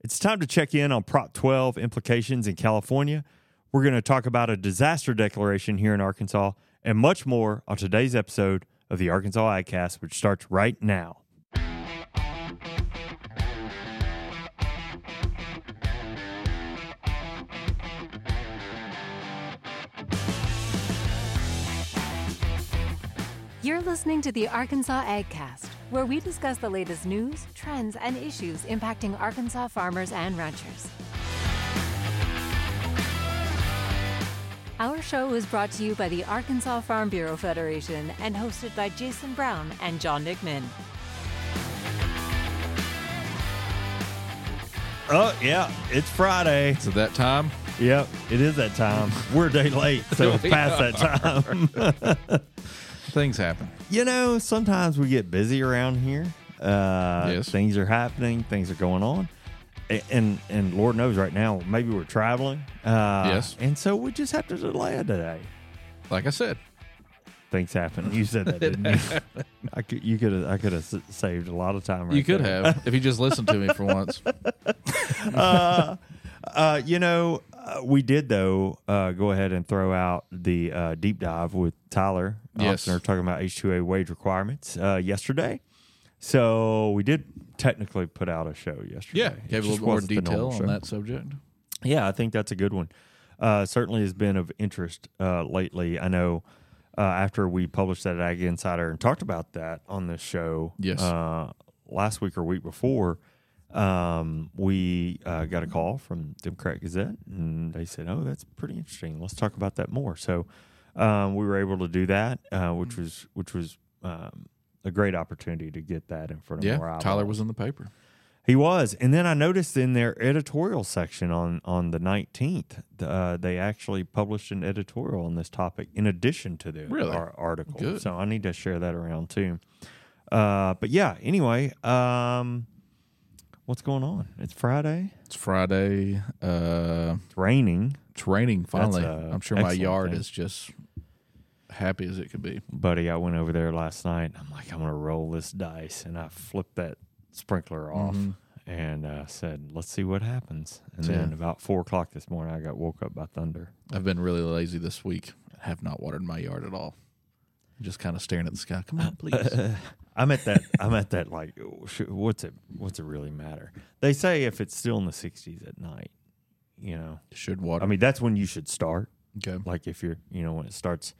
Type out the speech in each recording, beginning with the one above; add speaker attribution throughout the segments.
Speaker 1: It's time to check in on Prop 12 implications in California. We're going to talk about a disaster declaration here in Arkansas and much more on today's episode of the Arkansas ICAST, which starts right now.
Speaker 2: You're listening to the Arkansas AgCast, where we discuss the latest news, trends, and issues impacting Arkansas farmers and ranchers. Our show is brought to you by the Arkansas Farm Bureau Federation and hosted by Jason Brown and John Nickman.
Speaker 1: Oh, yeah, it's Friday.
Speaker 3: So that time,
Speaker 1: Yep, it is that time. We're a day late, so it's
Speaker 3: We
Speaker 1: past that time.
Speaker 3: things happen.
Speaker 1: you know, sometimes we get busy around here. Uh,
Speaker 3: Yes.
Speaker 1: Things are happening, things are going on. A- And and Lord knows right now, maybe we're traveling. Uh,
Speaker 3: Yes.
Speaker 1: And so we just have to delay it today.
Speaker 3: Like I said,
Speaker 1: Things happen. You said that, didn't you? I could, you could have, I could have s- saved a lot of time. Right
Speaker 3: you could
Speaker 1: there.
Speaker 3: have if you just listened to me for once.
Speaker 1: Uh, you know, uh, we did though. Uh, go ahead and throw out the uh, deep dive with Tyler.
Speaker 3: Yes.
Speaker 1: Oxner talking about H two A wage requirements uh, yesterday. So we did technically put out a show yesterday.
Speaker 3: Yeah,
Speaker 1: It
Speaker 3: gave a
Speaker 1: just
Speaker 3: little bit more
Speaker 1: wasn't the
Speaker 3: detail
Speaker 1: normal
Speaker 3: on
Speaker 1: show.
Speaker 3: that subject.
Speaker 1: Yeah, I think that's a good one. Uh, certainly has been of interest uh, lately. I know uh, after we published that Ag Insider and talked about that on the show
Speaker 3: Yes.
Speaker 1: uh, last week or week before, um, we uh, got a call from Democrat Gazette and they said, Oh, that's pretty interesting. Let's talk about that more. So um, we were able to do that, uh, which
Speaker 3: Mm.
Speaker 1: was which was um, a great opportunity to get that in front of more
Speaker 3: Yeah,
Speaker 1: eyeballs.
Speaker 3: Tyler was in the paper.
Speaker 1: He was, and then I noticed in their editorial section on on the nineteenth, uh, they actually published an editorial on this topic in addition to the
Speaker 3: Really?
Speaker 1: ar- article.
Speaker 3: Good.
Speaker 1: So I need to share that around too. Uh, but yeah, anyway, um, what's going on? It's Friday.
Speaker 3: It's Friday. Uh,
Speaker 1: It's raining,
Speaker 3: it's raining finally.
Speaker 1: a
Speaker 3: I'm sure my
Speaker 1: excellent
Speaker 3: yard
Speaker 1: thing.
Speaker 3: is just happy as it could be.
Speaker 1: buddy. I went over there last night. I'm like, I'm gonna roll this dice, and I flipped that sprinkler off.
Speaker 3: Mm-hmm.
Speaker 1: And uh, said, "Let's see what happens." And
Speaker 3: Yeah.
Speaker 1: then about four o'clock this morning, I got woke up by thunder.
Speaker 3: I've been really lazy this week. I have not watered my yard at all. Just kind of staring at the sky. Come on, please.
Speaker 1: I'm at that. I'm at that. Like, oh, sh- what's it? What's it really matter? They say if it's still in the 60s at night, you know.
Speaker 3: Should water.
Speaker 1: I mean, that's when you should start.
Speaker 3: okay.
Speaker 1: Like, if you're, you know, when it starts,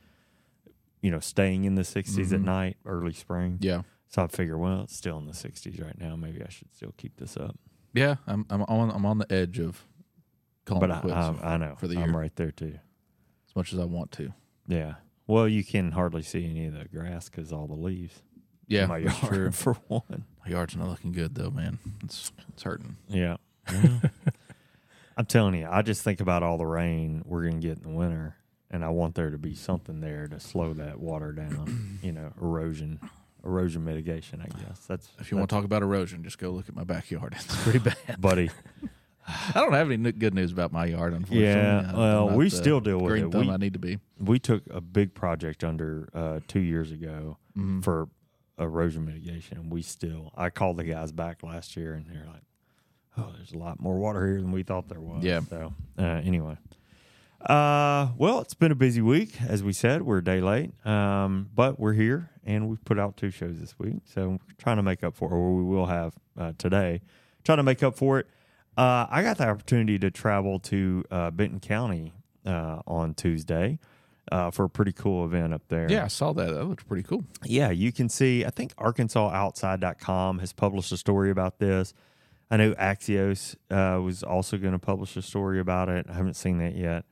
Speaker 1: you know, staying in the 60s at night, early spring.
Speaker 3: Mm-hmm. Yeah.
Speaker 1: So I figure, well, it's still in the 60s right now. Maybe I should still keep this up.
Speaker 3: Yeah. I'm, I'm on I'm on the edge of calling
Speaker 1: But
Speaker 3: it
Speaker 1: I, um,
Speaker 3: quits
Speaker 1: I, I know
Speaker 3: for the
Speaker 1: I'm
Speaker 3: year.
Speaker 1: right there too.
Speaker 3: as much as I want to.
Speaker 1: Yeah. Well, you can hardly see any of the grass because all the leaves.
Speaker 3: Yeah.
Speaker 1: in my
Speaker 3: that's true.
Speaker 1: yard for one.
Speaker 3: My yard's not looking good though, man. It's it's hurting.
Speaker 1: Yeah. Well, I'm telling you, I just think about all the rain we're going to get in the winter, and I want there to be something there to slow that water down, you know, erosion, erosion mitigation, I guess. That's,
Speaker 3: If you want to talk about erosion, just go look at my backyard. It's pretty bad.
Speaker 1: buddy.
Speaker 3: I don't have any n- good news about my yard, unfortunately.
Speaker 1: Yeah,
Speaker 3: I'm
Speaker 1: well,
Speaker 3: not
Speaker 1: we
Speaker 3: the
Speaker 1: still deal with
Speaker 3: green
Speaker 1: it.
Speaker 3: Thumb
Speaker 1: We-
Speaker 3: I need to be.
Speaker 1: We took a big project under uh, two years ago
Speaker 3: Mm-hmm.
Speaker 1: for erosion mitigation, and we still, I called the guys back last year, and they're like, oh, there's a lot more water here than we thought there was.
Speaker 3: Yeah.
Speaker 1: So, uh, anyway. Uh, well, it's been a busy week, as we said. We're a day late, um, but we're here, and we've put out two shows this week, so we're trying to make up for, or we will have uh, today, trying to make up for it. Uh, I got the opportunity to travel to uh, Benton County uh, on Tuesday uh, for a pretty cool event up there.
Speaker 3: Yeah, I saw that. That looked pretty cool.
Speaker 1: Yeah, you can see, I think ArkansasOutside.com has published a story about this. I know Axios uh, was also going to publish a story about it. I haven't seen that yet.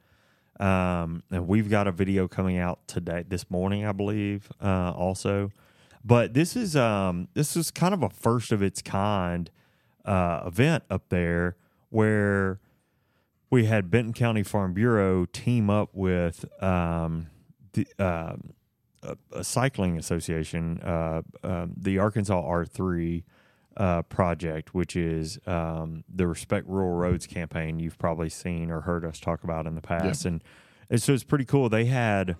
Speaker 1: Um, and we've got a video coming out today, this morning, I believe, uh, also. But this is um, this is kind of a first of its kind uh, event up there where we had Benton County Farm Bureau team up with um, the, um a, a cycling association, uh, um, the Arkansas R3 uh, project, which is um, the Respect Rural Roads campaign you've probably seen or heard us talk about in the past. And, and so it's pretty cool. They had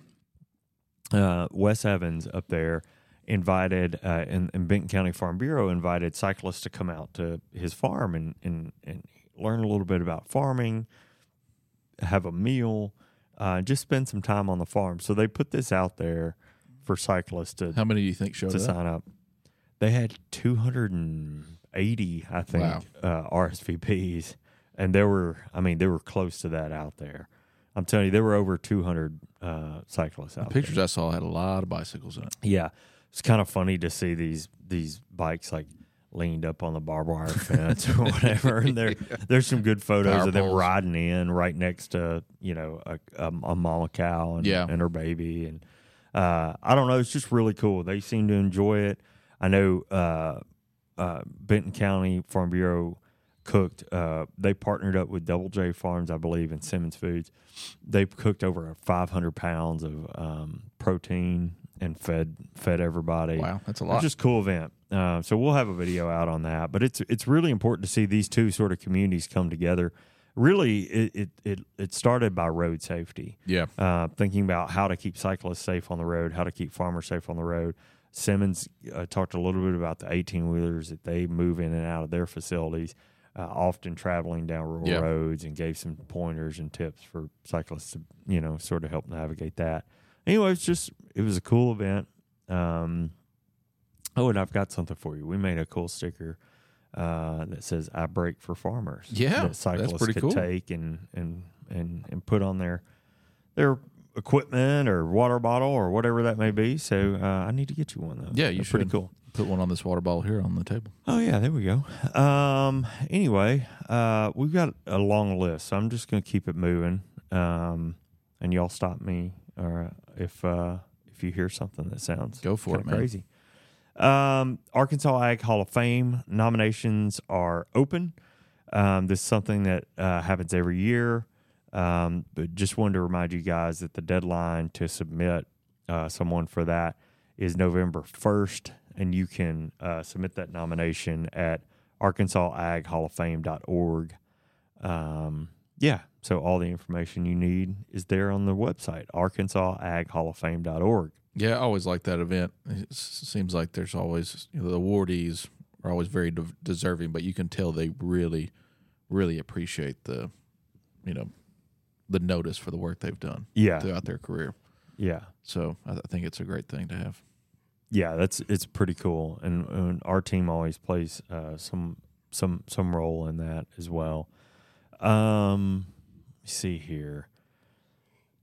Speaker 1: uh, Wes Evans up there invited, uh, and, and Benton County Farm Bureau invited cyclists to come out to his farm and, and, and learn a little bit about farming, have a meal, uh, just spend some time on the farm. So they put this out there for cyclists to
Speaker 3: How many do you think showed
Speaker 1: to
Speaker 3: up?
Speaker 1: sign up. They had 280, I think,
Speaker 3: Wow.
Speaker 1: uh, RSVPs, and there were, I mean, they were close to that out there. I'm telling you, there were over 200 uh, cyclists out there.
Speaker 3: Pictures I saw had a lot of bicycles in it.
Speaker 1: Yeah, it's kind of funny to see these these bikes like leaned up on the barbed wire fence or whatever. And there, there's some good photos
Speaker 3: Power
Speaker 1: of them
Speaker 3: poles.
Speaker 1: riding in right next to you know a, a, a mama cow and,
Speaker 3: Yeah.
Speaker 1: and her baby. And uh, I don't know, it's just really cool. They seem to enjoy it. I know uh, uh, Benton County Farm Bureau cooked. Uh, they partnered up with Double J Farms, I believe, and Simmons Foods. They cooked over 500 pounds of um, protein and fed fed everybody.
Speaker 3: Wow, that's a
Speaker 1: It was
Speaker 3: lot.
Speaker 1: just a cool event. Uh, so we'll have a video out on that. But it's it's really important to see these two sort of communities come together. Really, it it it, it started by road safety
Speaker 3: yeah,
Speaker 1: uh, thinking about how to keep cyclists safe on the road, how to keep farmers safe on the road. Simmons uh, talked a little bit about the 18 wheelers that they move in and out of their facilities, uh, often traveling down rural
Speaker 3: Yeah.
Speaker 1: roads, and gave some pointers and tips for cyclists to, you know, sort of help navigate that. Anyway, it's just, it was a cool event. Um, oh, and I've got something for you. We made a cool sticker uh, that says "I break for farmers."
Speaker 3: Yeah,
Speaker 1: that
Speaker 3: that's
Speaker 1: cyclists
Speaker 3: pretty
Speaker 1: could
Speaker 3: cool.
Speaker 1: take and and and and put on their their equipment or water bottle or whatever that may be. So uh, I need to get you one though.
Speaker 3: Yeah, you
Speaker 1: They're pretty
Speaker 3: should.
Speaker 1: cool.
Speaker 3: put one on this water bottle here on the table.
Speaker 1: Oh yeah, there we go. Um, anyway, uh, we've got a long list, so I'm just gonna keep it moving. Um, and y'all stop me or if uh, if you hear something that sounds
Speaker 3: Go for it,
Speaker 1: kinda
Speaker 3: man.
Speaker 1: crazy. Um, Arkansas Ag Hall of Fame nominations are open. Um, this is something that uh, happens every year. Um, but just wanted to remind you guys that the deadline to submit uh, someone for that is November 1st, and you can uh, submit that nomination at arkansasaghallofame.org. Um, yeah, so all the information you need is there on the website, arkansasaghallofame.org.
Speaker 3: Yeah, I always like that event. It s- seems like there's always you know, the awardees are always very de- deserving, but you can tell they really, really appreciate the, you know, the notice for the work they've done
Speaker 1: Yeah,
Speaker 3: throughout their career.
Speaker 1: yeah.
Speaker 3: So I th- I think it's a great thing to have.
Speaker 1: yeah, that's it's pretty cool, and, and our team always plays uh, some some some role in that as well. Um, let me see here.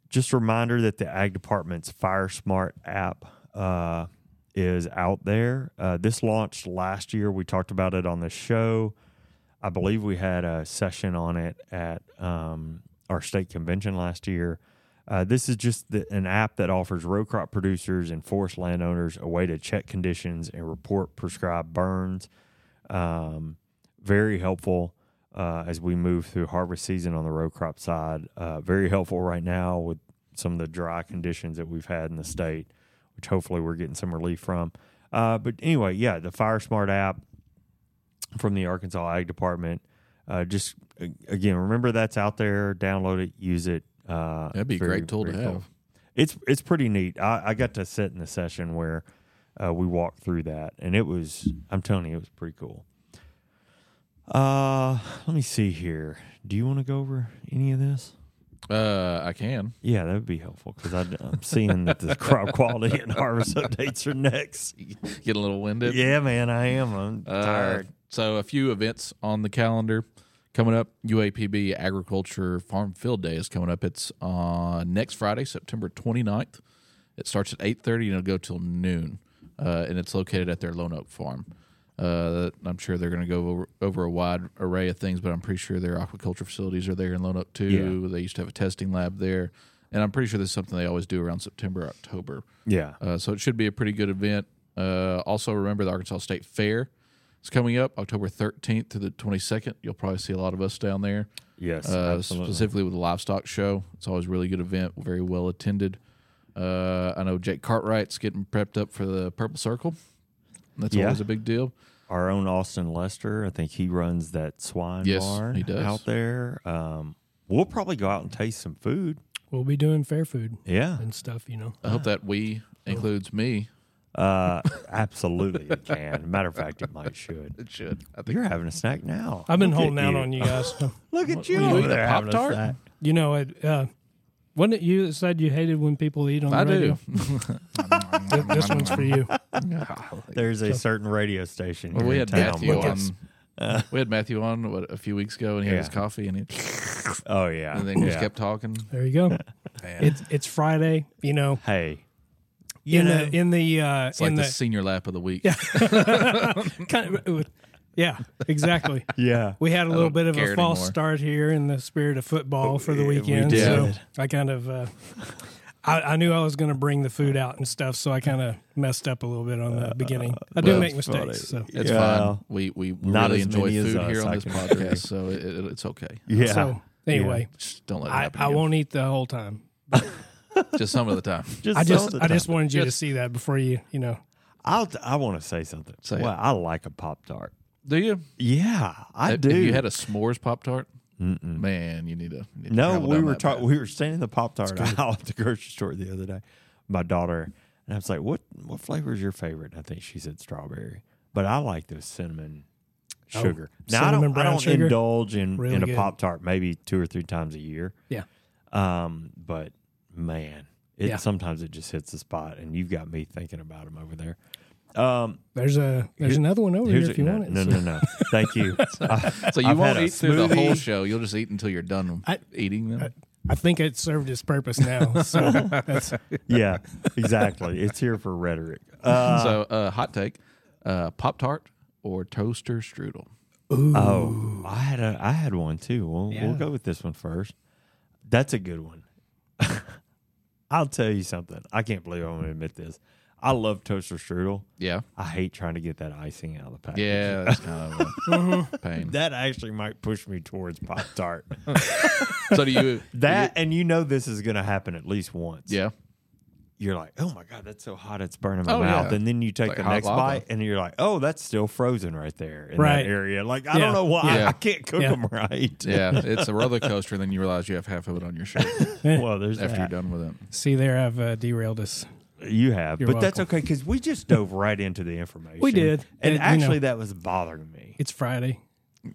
Speaker 1: Just a reminder that the Ag Department's Fire Smart app uh, is out there. Uh, this launched last year. We talked about it on the show. I believe we had a session on it at um, our state convention last year. Uh, this is just the, an app that offers row crop producers and forest landowners a way to check conditions and report prescribed burns. Um, very helpful uh, as we move through harvest season on the row crop side. Uh, very helpful right now with some of the dry conditions that we've had in the state, which hopefully we're getting some relief from. Uh, but anyway, yeah, the Fire Smart app from the Arkansas Ag Department. Uh, just a- again, remember that's out there. Download it, use it. Uh,
Speaker 3: That'd be a
Speaker 1: very,
Speaker 3: great tool to
Speaker 1: very
Speaker 3: have.
Speaker 1: cool. It's it's pretty neat. I, I got to sit in the session where uh, we walked through that, and it was I'm telling you, it was pretty cool. Uh, let me see here. Do you want to go over any of this?
Speaker 3: Uh, I can.
Speaker 1: Yeah, that would be helpful because I'm seeing that the crop quality and harvest updates are next.
Speaker 3: Get a little winded.
Speaker 1: Yeah, man, I am. I'm
Speaker 3: Uh,
Speaker 1: tired.
Speaker 3: So a few events on the calendar coming up. UAPB Agriculture Farm Field Day is coming up. It's uh, next Friday, September 29th. It starts at 8.30 and it'll go till noon. Uh, and it's located at their Lone Oak Farm. Uh, I'm sure they're going to go over, over a wide array of things, but I'm pretty sure their aquaculture facilities are there in Lone Oak too. They used to have a testing lab there. And I'm pretty sure there's something they always do around September, October.
Speaker 1: Yeah,
Speaker 3: Uh, so it should be a pretty good event. Uh, also, remember the Arkansas State Fair is coming up October 13th to the 22nd. You'll probably see a lot of us down there,
Speaker 1: yes,
Speaker 3: uh,
Speaker 1: absolutely.
Speaker 3: specifically with the livestock show. It's always a really good event, very well attended. Uh, I know Jake Cartwright's getting prepped up for the Purple Circle. That's
Speaker 1: Yeah.
Speaker 3: always a big deal.
Speaker 1: our own Austin Lester. I think he runs that swine
Speaker 3: Yes,
Speaker 1: barn
Speaker 3: he does.
Speaker 1: out there. Um, we'll probably go out and taste some food.
Speaker 4: We'll be doing fair food
Speaker 1: Yeah.
Speaker 4: and stuff, you know.
Speaker 3: I hope that we includes me.
Speaker 1: Uh, absolutely, it can. Matter of fact, it might should.
Speaker 3: It should. I think
Speaker 1: You're having a snack now.
Speaker 4: I've been
Speaker 1: Look at
Speaker 4: holding out on you guys.
Speaker 1: Look at you
Speaker 3: you
Speaker 1: over
Speaker 3: eating, a
Speaker 1: there, having a
Speaker 3: Pop-Tart?
Speaker 1: snack.
Speaker 4: you know, it, uh, wasn't it you that said you hated when people eat on the
Speaker 3: I
Speaker 4: radio?
Speaker 3: do.
Speaker 4: Th- this one's for you.
Speaker 1: There's a certain radio station.
Speaker 3: Well,
Speaker 1: here
Speaker 3: we
Speaker 1: in
Speaker 3: had
Speaker 1: town
Speaker 3: Matthew
Speaker 1: with-
Speaker 3: on. we had Matthew on what, a few weeks ago, and he
Speaker 1: Uh. Yeah.
Speaker 3: had his coffee, and he
Speaker 1: Oh yeah.
Speaker 3: and then just
Speaker 1: Yeah.
Speaker 3: kept talking.
Speaker 4: There you go. It's it's Friday. You know,
Speaker 1: Hey,
Speaker 4: in the in the uh,
Speaker 3: It's
Speaker 4: in
Speaker 3: like the,
Speaker 4: the
Speaker 3: senior lap of the week.
Speaker 4: kind of, it would- yeah, exactly.
Speaker 1: yeah.
Speaker 4: We had a little
Speaker 3: don't
Speaker 4: bit of
Speaker 3: care
Speaker 4: a false
Speaker 3: anymore.
Speaker 4: start here in the spirit of football for the
Speaker 1: yeah, we
Speaker 4: weekend.
Speaker 3: did.
Speaker 4: so I kind of, uh, I, I knew I was going to bring the food out and stuff, so I kind of messed up a little bit on the beginning. I do
Speaker 3: well,
Speaker 4: make
Speaker 1: it's funny.
Speaker 4: mistakes. So.
Speaker 3: It's
Speaker 1: Yeah.
Speaker 3: fine. We we
Speaker 1: Not
Speaker 3: really
Speaker 1: as
Speaker 3: enjoy
Speaker 1: many as
Speaker 3: food
Speaker 1: us,
Speaker 3: here on
Speaker 1: I
Speaker 3: this
Speaker 1: can
Speaker 3: podcast, so it, it, it's okay.
Speaker 1: Yeah.
Speaker 4: so anyway,
Speaker 3: Just don't let it
Speaker 4: I,
Speaker 3: happen.
Speaker 4: I
Speaker 3: again.
Speaker 4: won't eat the whole time.
Speaker 3: Just some of the time.
Speaker 1: Just some
Speaker 4: I
Speaker 1: of
Speaker 4: just,
Speaker 1: the
Speaker 4: I just
Speaker 1: time.
Speaker 4: wanted you to see that before you, you know.
Speaker 1: I'll, I want to say something.
Speaker 3: Say it.
Speaker 1: well, I like a pop tart.
Speaker 3: Do you?
Speaker 1: Yeah, I
Speaker 3: Have-
Speaker 1: do.
Speaker 3: Have you had a s'mores pop tart? Man, you need to. you need to
Speaker 1: no,
Speaker 3: travel
Speaker 1: we
Speaker 3: down
Speaker 1: were
Speaker 3: that
Speaker 1: talking.
Speaker 3: path.
Speaker 1: We were standing in the pop tart aisle at the grocery store the other day. My daughter and I was like, "What what flavor is your favorite?" And I think she said strawberry, but I like those cinnamon sugar. now I
Speaker 4: Oh, cinnamon
Speaker 1: don't, I
Speaker 4: brown
Speaker 1: don't
Speaker 4: sugar?
Speaker 1: indulge in
Speaker 4: Really
Speaker 1: in a
Speaker 4: good.
Speaker 1: pop tart maybe two or three times a year.
Speaker 4: Yeah.
Speaker 1: Um, but man, it
Speaker 4: Yeah.
Speaker 1: sometimes it just hits the spot, and you've got me thinking about them over there. Um,
Speaker 4: There's a there's
Speaker 1: Here-
Speaker 4: another one over here
Speaker 1: here's
Speaker 4: if you
Speaker 1: no,
Speaker 4: want it.
Speaker 1: no,
Speaker 4: so.
Speaker 1: no, no, thank you. Uh, I-
Speaker 3: So you
Speaker 1: I've had
Speaker 3: won't
Speaker 1: a
Speaker 3: eat through the whole
Speaker 1: smoothie.
Speaker 3: show. You'll just eat until you're done
Speaker 4: I-
Speaker 3: eating them.
Speaker 4: I think it served its purpose now. So that's
Speaker 1: yeah, exactly. It's here for rhetoric. Uh,
Speaker 3: so, uh, hot take: uh, Pop Tart or toaster strudel?
Speaker 1: oh, I had a I had one too. We'll we'll
Speaker 4: Yeah.
Speaker 1: go with this one first. That's a good one. I'll tell you something. I can't believe I'm going to admit this. I love toaster strudel.
Speaker 3: Yeah,
Speaker 1: I hate trying to get that icing out of the package.
Speaker 3: yeah, that's kind of
Speaker 4: Uh-huh.
Speaker 3: a pain.
Speaker 1: That actually might push me towards Pop Tart.
Speaker 3: So do you?
Speaker 1: that and you know this is going to happen at least once.
Speaker 3: Yeah,
Speaker 1: You're like, oh my god, that's so hot, it's burning my
Speaker 3: Oh,
Speaker 1: mouth.
Speaker 3: yeah.
Speaker 1: And then you take
Speaker 3: Like
Speaker 1: the
Speaker 3: hot
Speaker 1: next
Speaker 3: lava.
Speaker 1: bite, and you're like, oh, that's still frozen right there in
Speaker 4: Right.
Speaker 1: that area. Like I
Speaker 4: Yeah.
Speaker 1: don't know why
Speaker 3: Yeah.
Speaker 1: I can't cook
Speaker 4: Yeah.
Speaker 1: them right.
Speaker 3: yeah, it's a roller coaster. and Then you realize you have half of it on your shirt
Speaker 1: well, there's
Speaker 3: after you're
Speaker 1: that.
Speaker 3: done with it.
Speaker 4: see there I've uh, derailed us.
Speaker 1: You have,
Speaker 4: You're
Speaker 1: but that's
Speaker 4: welcome.
Speaker 1: okay because we just dove right into the information.
Speaker 4: We did.
Speaker 1: and
Speaker 4: And, you know-
Speaker 1: actually, that was bothering me.
Speaker 4: It's Friday,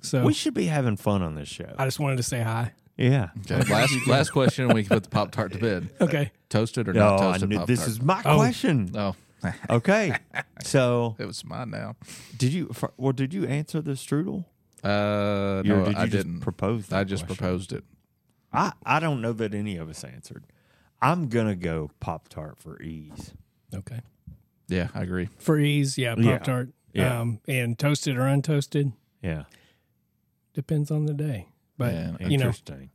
Speaker 4: so
Speaker 1: We should be having fun on this show.
Speaker 4: I just wanted to say hi.
Speaker 1: yeah.
Speaker 3: Okay, last last question, and we can put the Pop Tart to bed.
Speaker 4: Okay,
Speaker 3: Toasted or
Speaker 1: No,
Speaker 3: not
Speaker 1: Oh, I
Speaker 3: toasted
Speaker 1: knew,
Speaker 3: Pop Tart?
Speaker 1: this is my
Speaker 4: Oh.
Speaker 1: question.
Speaker 3: oh,
Speaker 1: Okay, so
Speaker 3: it was mine now.
Speaker 1: did you? fir- Well, did you answer the strudel?
Speaker 3: Uh,
Speaker 1: Or
Speaker 3: no,
Speaker 1: did you
Speaker 3: I
Speaker 1: just
Speaker 3: didn't
Speaker 1: propose that
Speaker 3: I just
Speaker 1: question?
Speaker 3: proposed it.
Speaker 1: I, I don't know that any of us answered. I'm gonna go Pop Tart for ease.
Speaker 4: okay.
Speaker 3: Yeah, I agree.
Speaker 4: For ease, yeah,
Speaker 1: Yeah.
Speaker 4: Pop Tart,
Speaker 1: Yeah.
Speaker 4: um, and toasted or untoasted
Speaker 1: Yeah,
Speaker 4: depends on the day. But
Speaker 3: Yeah,
Speaker 4: you know,
Speaker 1: interesting.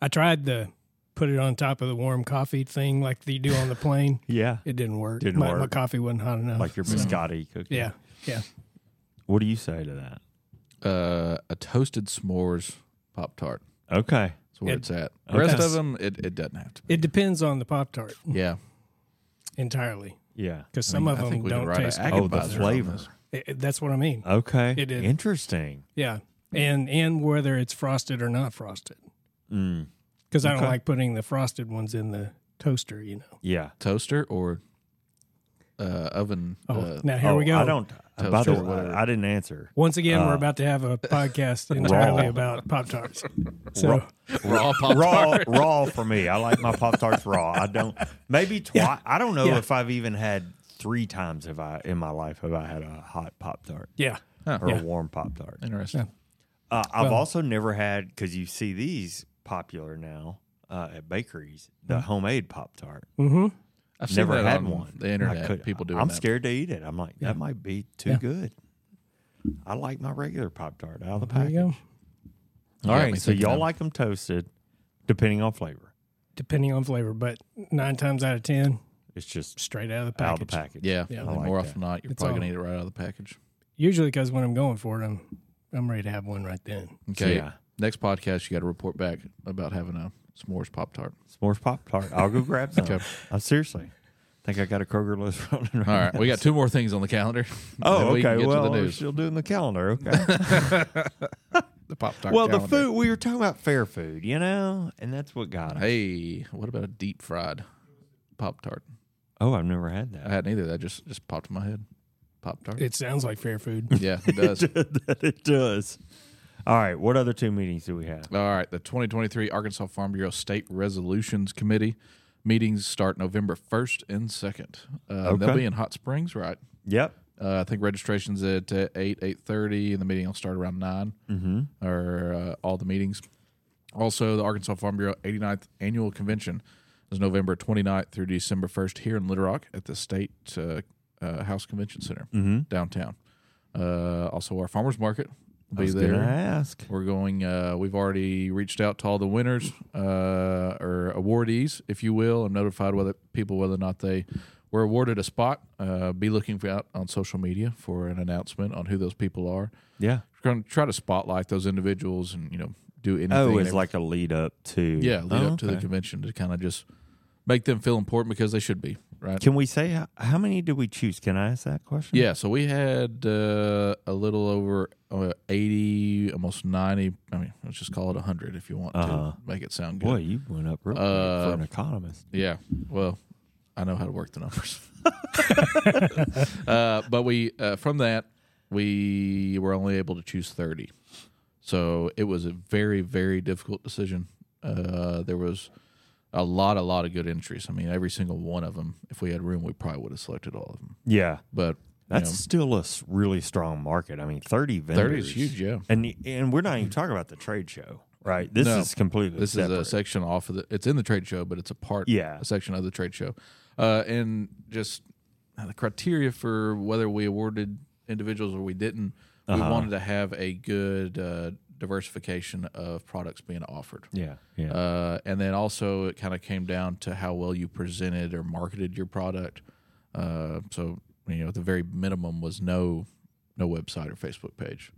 Speaker 4: I tried the put it on top of the warm coffee thing like you do on the plane.
Speaker 1: Yeah,
Speaker 4: It didn't work.
Speaker 1: Didn't
Speaker 4: my, my
Speaker 1: work.
Speaker 4: coffee wasn't hot enough.
Speaker 1: like your biscotti cookie.
Speaker 4: yeah, yeah.
Speaker 1: What do you say to that?
Speaker 3: Uh, a toasted s'mores Pop Tart.
Speaker 1: Okay.
Speaker 3: That's where
Speaker 4: It-
Speaker 3: it's at. The rest
Speaker 4: Okay.
Speaker 3: of them, it, it doesn't have to. Be.
Speaker 4: It depends on the Pop Tart
Speaker 3: Yeah,
Speaker 4: entirely
Speaker 1: Yeah.
Speaker 4: because some
Speaker 3: I
Speaker 4: of them
Speaker 3: think we could
Speaker 4: don't
Speaker 3: write a
Speaker 4: taste.
Speaker 3: ag-
Speaker 4: good.
Speaker 1: Oh, the
Speaker 3: advisor on
Speaker 1: flavor.
Speaker 3: this.
Speaker 4: It- it- that's what I mean.
Speaker 1: Okay.
Speaker 4: It did.
Speaker 1: Interesting.
Speaker 4: Yeah, and and whether it's frosted or not frosted,
Speaker 1: Mm.
Speaker 4: because I don't
Speaker 1: Okay.
Speaker 4: like putting the frosted ones in the toaster. You know.
Speaker 1: Yeah.
Speaker 3: toaster or uh, oven.
Speaker 4: Oh,
Speaker 3: uh,
Speaker 4: now here
Speaker 1: Oh,
Speaker 4: we go.
Speaker 1: I don't. By the
Speaker 3: Toaster,
Speaker 1: way,
Speaker 3: whatever.
Speaker 1: I didn't answer.
Speaker 4: Once again,
Speaker 1: Uh,
Speaker 4: we're about to have a podcast entirely
Speaker 1: Raw.
Speaker 4: about Pop Tarts. So
Speaker 1: Raw.
Speaker 3: raw pop
Speaker 1: Raw,
Speaker 3: tart.
Speaker 1: raw for me. I like my Pop Tarts raw. I don't. Maybe twice. I don't know
Speaker 4: Yeah.
Speaker 1: if I've even had three times have I in my life have I had a hot Pop Tart
Speaker 4: yeah,
Speaker 1: or
Speaker 4: Yeah.
Speaker 1: a warm Pop Tart.
Speaker 3: Interesting.
Speaker 1: Uh, I've
Speaker 4: Well-
Speaker 1: also never had because you see these popular now uh, at bakeries, the homemade Pop Tart.
Speaker 3: Hmm.
Speaker 4: Mm-hmm.
Speaker 3: I've seen
Speaker 1: Never
Speaker 3: that
Speaker 1: had
Speaker 3: on
Speaker 1: one.
Speaker 3: The
Speaker 1: I
Speaker 3: internet,
Speaker 1: could-
Speaker 3: people doing
Speaker 1: I'm
Speaker 3: that.
Speaker 1: scared to eat it. I'm like, that might be too
Speaker 4: Yeah.
Speaker 1: good. I like my regular Pop Tart out of the
Speaker 4: there
Speaker 1: package.
Speaker 4: you go.
Speaker 1: All
Speaker 3: got
Speaker 1: right,
Speaker 3: me
Speaker 1: so
Speaker 3: thinking
Speaker 1: y'all
Speaker 3: now.
Speaker 1: like them toasted, depending on flavor.
Speaker 4: Depending on flavor, but nine times out of ten,
Speaker 1: It's just
Speaker 4: straight out of the package.
Speaker 1: out of the package.
Speaker 3: Yeah,
Speaker 4: Yeah,
Speaker 3: yeah.
Speaker 4: I
Speaker 1: like
Speaker 3: more
Speaker 1: that.
Speaker 3: often than not, you're
Speaker 4: It's
Speaker 3: probably
Speaker 4: all-
Speaker 3: gonna eat it right out of the package.
Speaker 4: Usually, because when I'm going for it, I'm I'm ready to have one right then.
Speaker 3: Okay.
Speaker 1: Yeah.
Speaker 3: Next podcast, you got to report back about having a s'mores pop tart.
Speaker 1: S'mores Pop Tart. I'll go grab some.
Speaker 3: Okay.
Speaker 1: I seriously think I got a Kroger list running. Right
Speaker 3: All right, we got two more things on the calendar.
Speaker 1: Oh,
Speaker 3: Then we can
Speaker 1: okay.
Speaker 3: get to
Speaker 1: well,
Speaker 3: the
Speaker 1: we're
Speaker 3: news.
Speaker 1: still doing the calendar. Okay.
Speaker 3: The pop tart.
Speaker 1: well, the food we were talking about fair food, you know, and that's what got us.
Speaker 3: Hey, what about a deep fried pop tart?
Speaker 1: Oh, I've never had
Speaker 3: I
Speaker 1: that.
Speaker 3: hadn't either. That just just popped in my head. Pop tart.
Speaker 4: It sounds like fair food.
Speaker 3: Yeah, it does.
Speaker 1: That it does. All right. What other two meetings do we have?
Speaker 3: All right, the 2023 Arkansas Farm Bureau State Resolutions Committee meetings start November 1st and 2nd. Uh, They'll
Speaker 1: Okay.
Speaker 3: be in Hot Springs, right?
Speaker 1: Yep.
Speaker 3: Uh, I think registration's at uh, eight eight thirty, and the meeting will start around 9 mm-hmm. or uh, all the meetings. Also, the Arkansas Farm Bureau 89th Annual Convention is November 29th through December 1st here in Little Rock at the State uh, uh, House Convention Center downtown. Uh, also, our farmers market will be
Speaker 1: I was
Speaker 3: there.
Speaker 1: gonna ask.
Speaker 3: We're going. Uh, we've already reached out to all the winners uh, or awardees, if you will, and notified whether people whether or not they were awarded a spot. Uh, be looking for out on social media for an announcement on who those people are.
Speaker 1: Yeah.
Speaker 3: We're going to try to spotlight those individuals and you know do anything.
Speaker 1: Oh,
Speaker 3: and
Speaker 1: it's like a lead up to.
Speaker 3: yeah, lead
Speaker 1: Oh,
Speaker 3: up to the
Speaker 1: okay.
Speaker 3: convention to kind of just make them feel important because they should be right.
Speaker 1: Can we say how, how many did we choose? Can I ask that question?
Speaker 3: Yeah, so we had uh, a little over uh, 80, almost 90. I mean, let's just call it 100 if you want
Speaker 1: Uh-huh.
Speaker 3: to make it sound good.
Speaker 1: Boy, you went up real quick
Speaker 3: Uh,
Speaker 1: for an economist.
Speaker 3: Yeah. Well, I know how to work the numbers. uh, but we uh, from that we were only able to choose thirty, so it was a very very difficult decision. Uh, there was a lot a lot of good entries. I mean, every single one of them. If we had room, we probably would have selected all of them.
Speaker 1: Yeah.
Speaker 3: But
Speaker 1: That's still a s- really strong market. I mean, 30 vendors.
Speaker 3: thirty is huge. Yeah.
Speaker 1: And and we're not even talking about the trade show, right? This
Speaker 3: No.
Speaker 1: is completely
Speaker 3: This
Speaker 1: separate.
Speaker 3: is a section off of the. It's in the trade show, but it's a part.
Speaker 1: Yeah.
Speaker 3: a section of the trade show, uh, and just uh, the criteria for whether we awarded individuals or we didn't.
Speaker 1: Uh-huh.
Speaker 3: We wanted to have a good uh, diversification of products being offered.
Speaker 1: yeah. Yeah.
Speaker 3: Uh, and then also, it kind of came down to how well you presented or marketed your product. Uh, so you know, at the very minimum was no no website or Facebook page.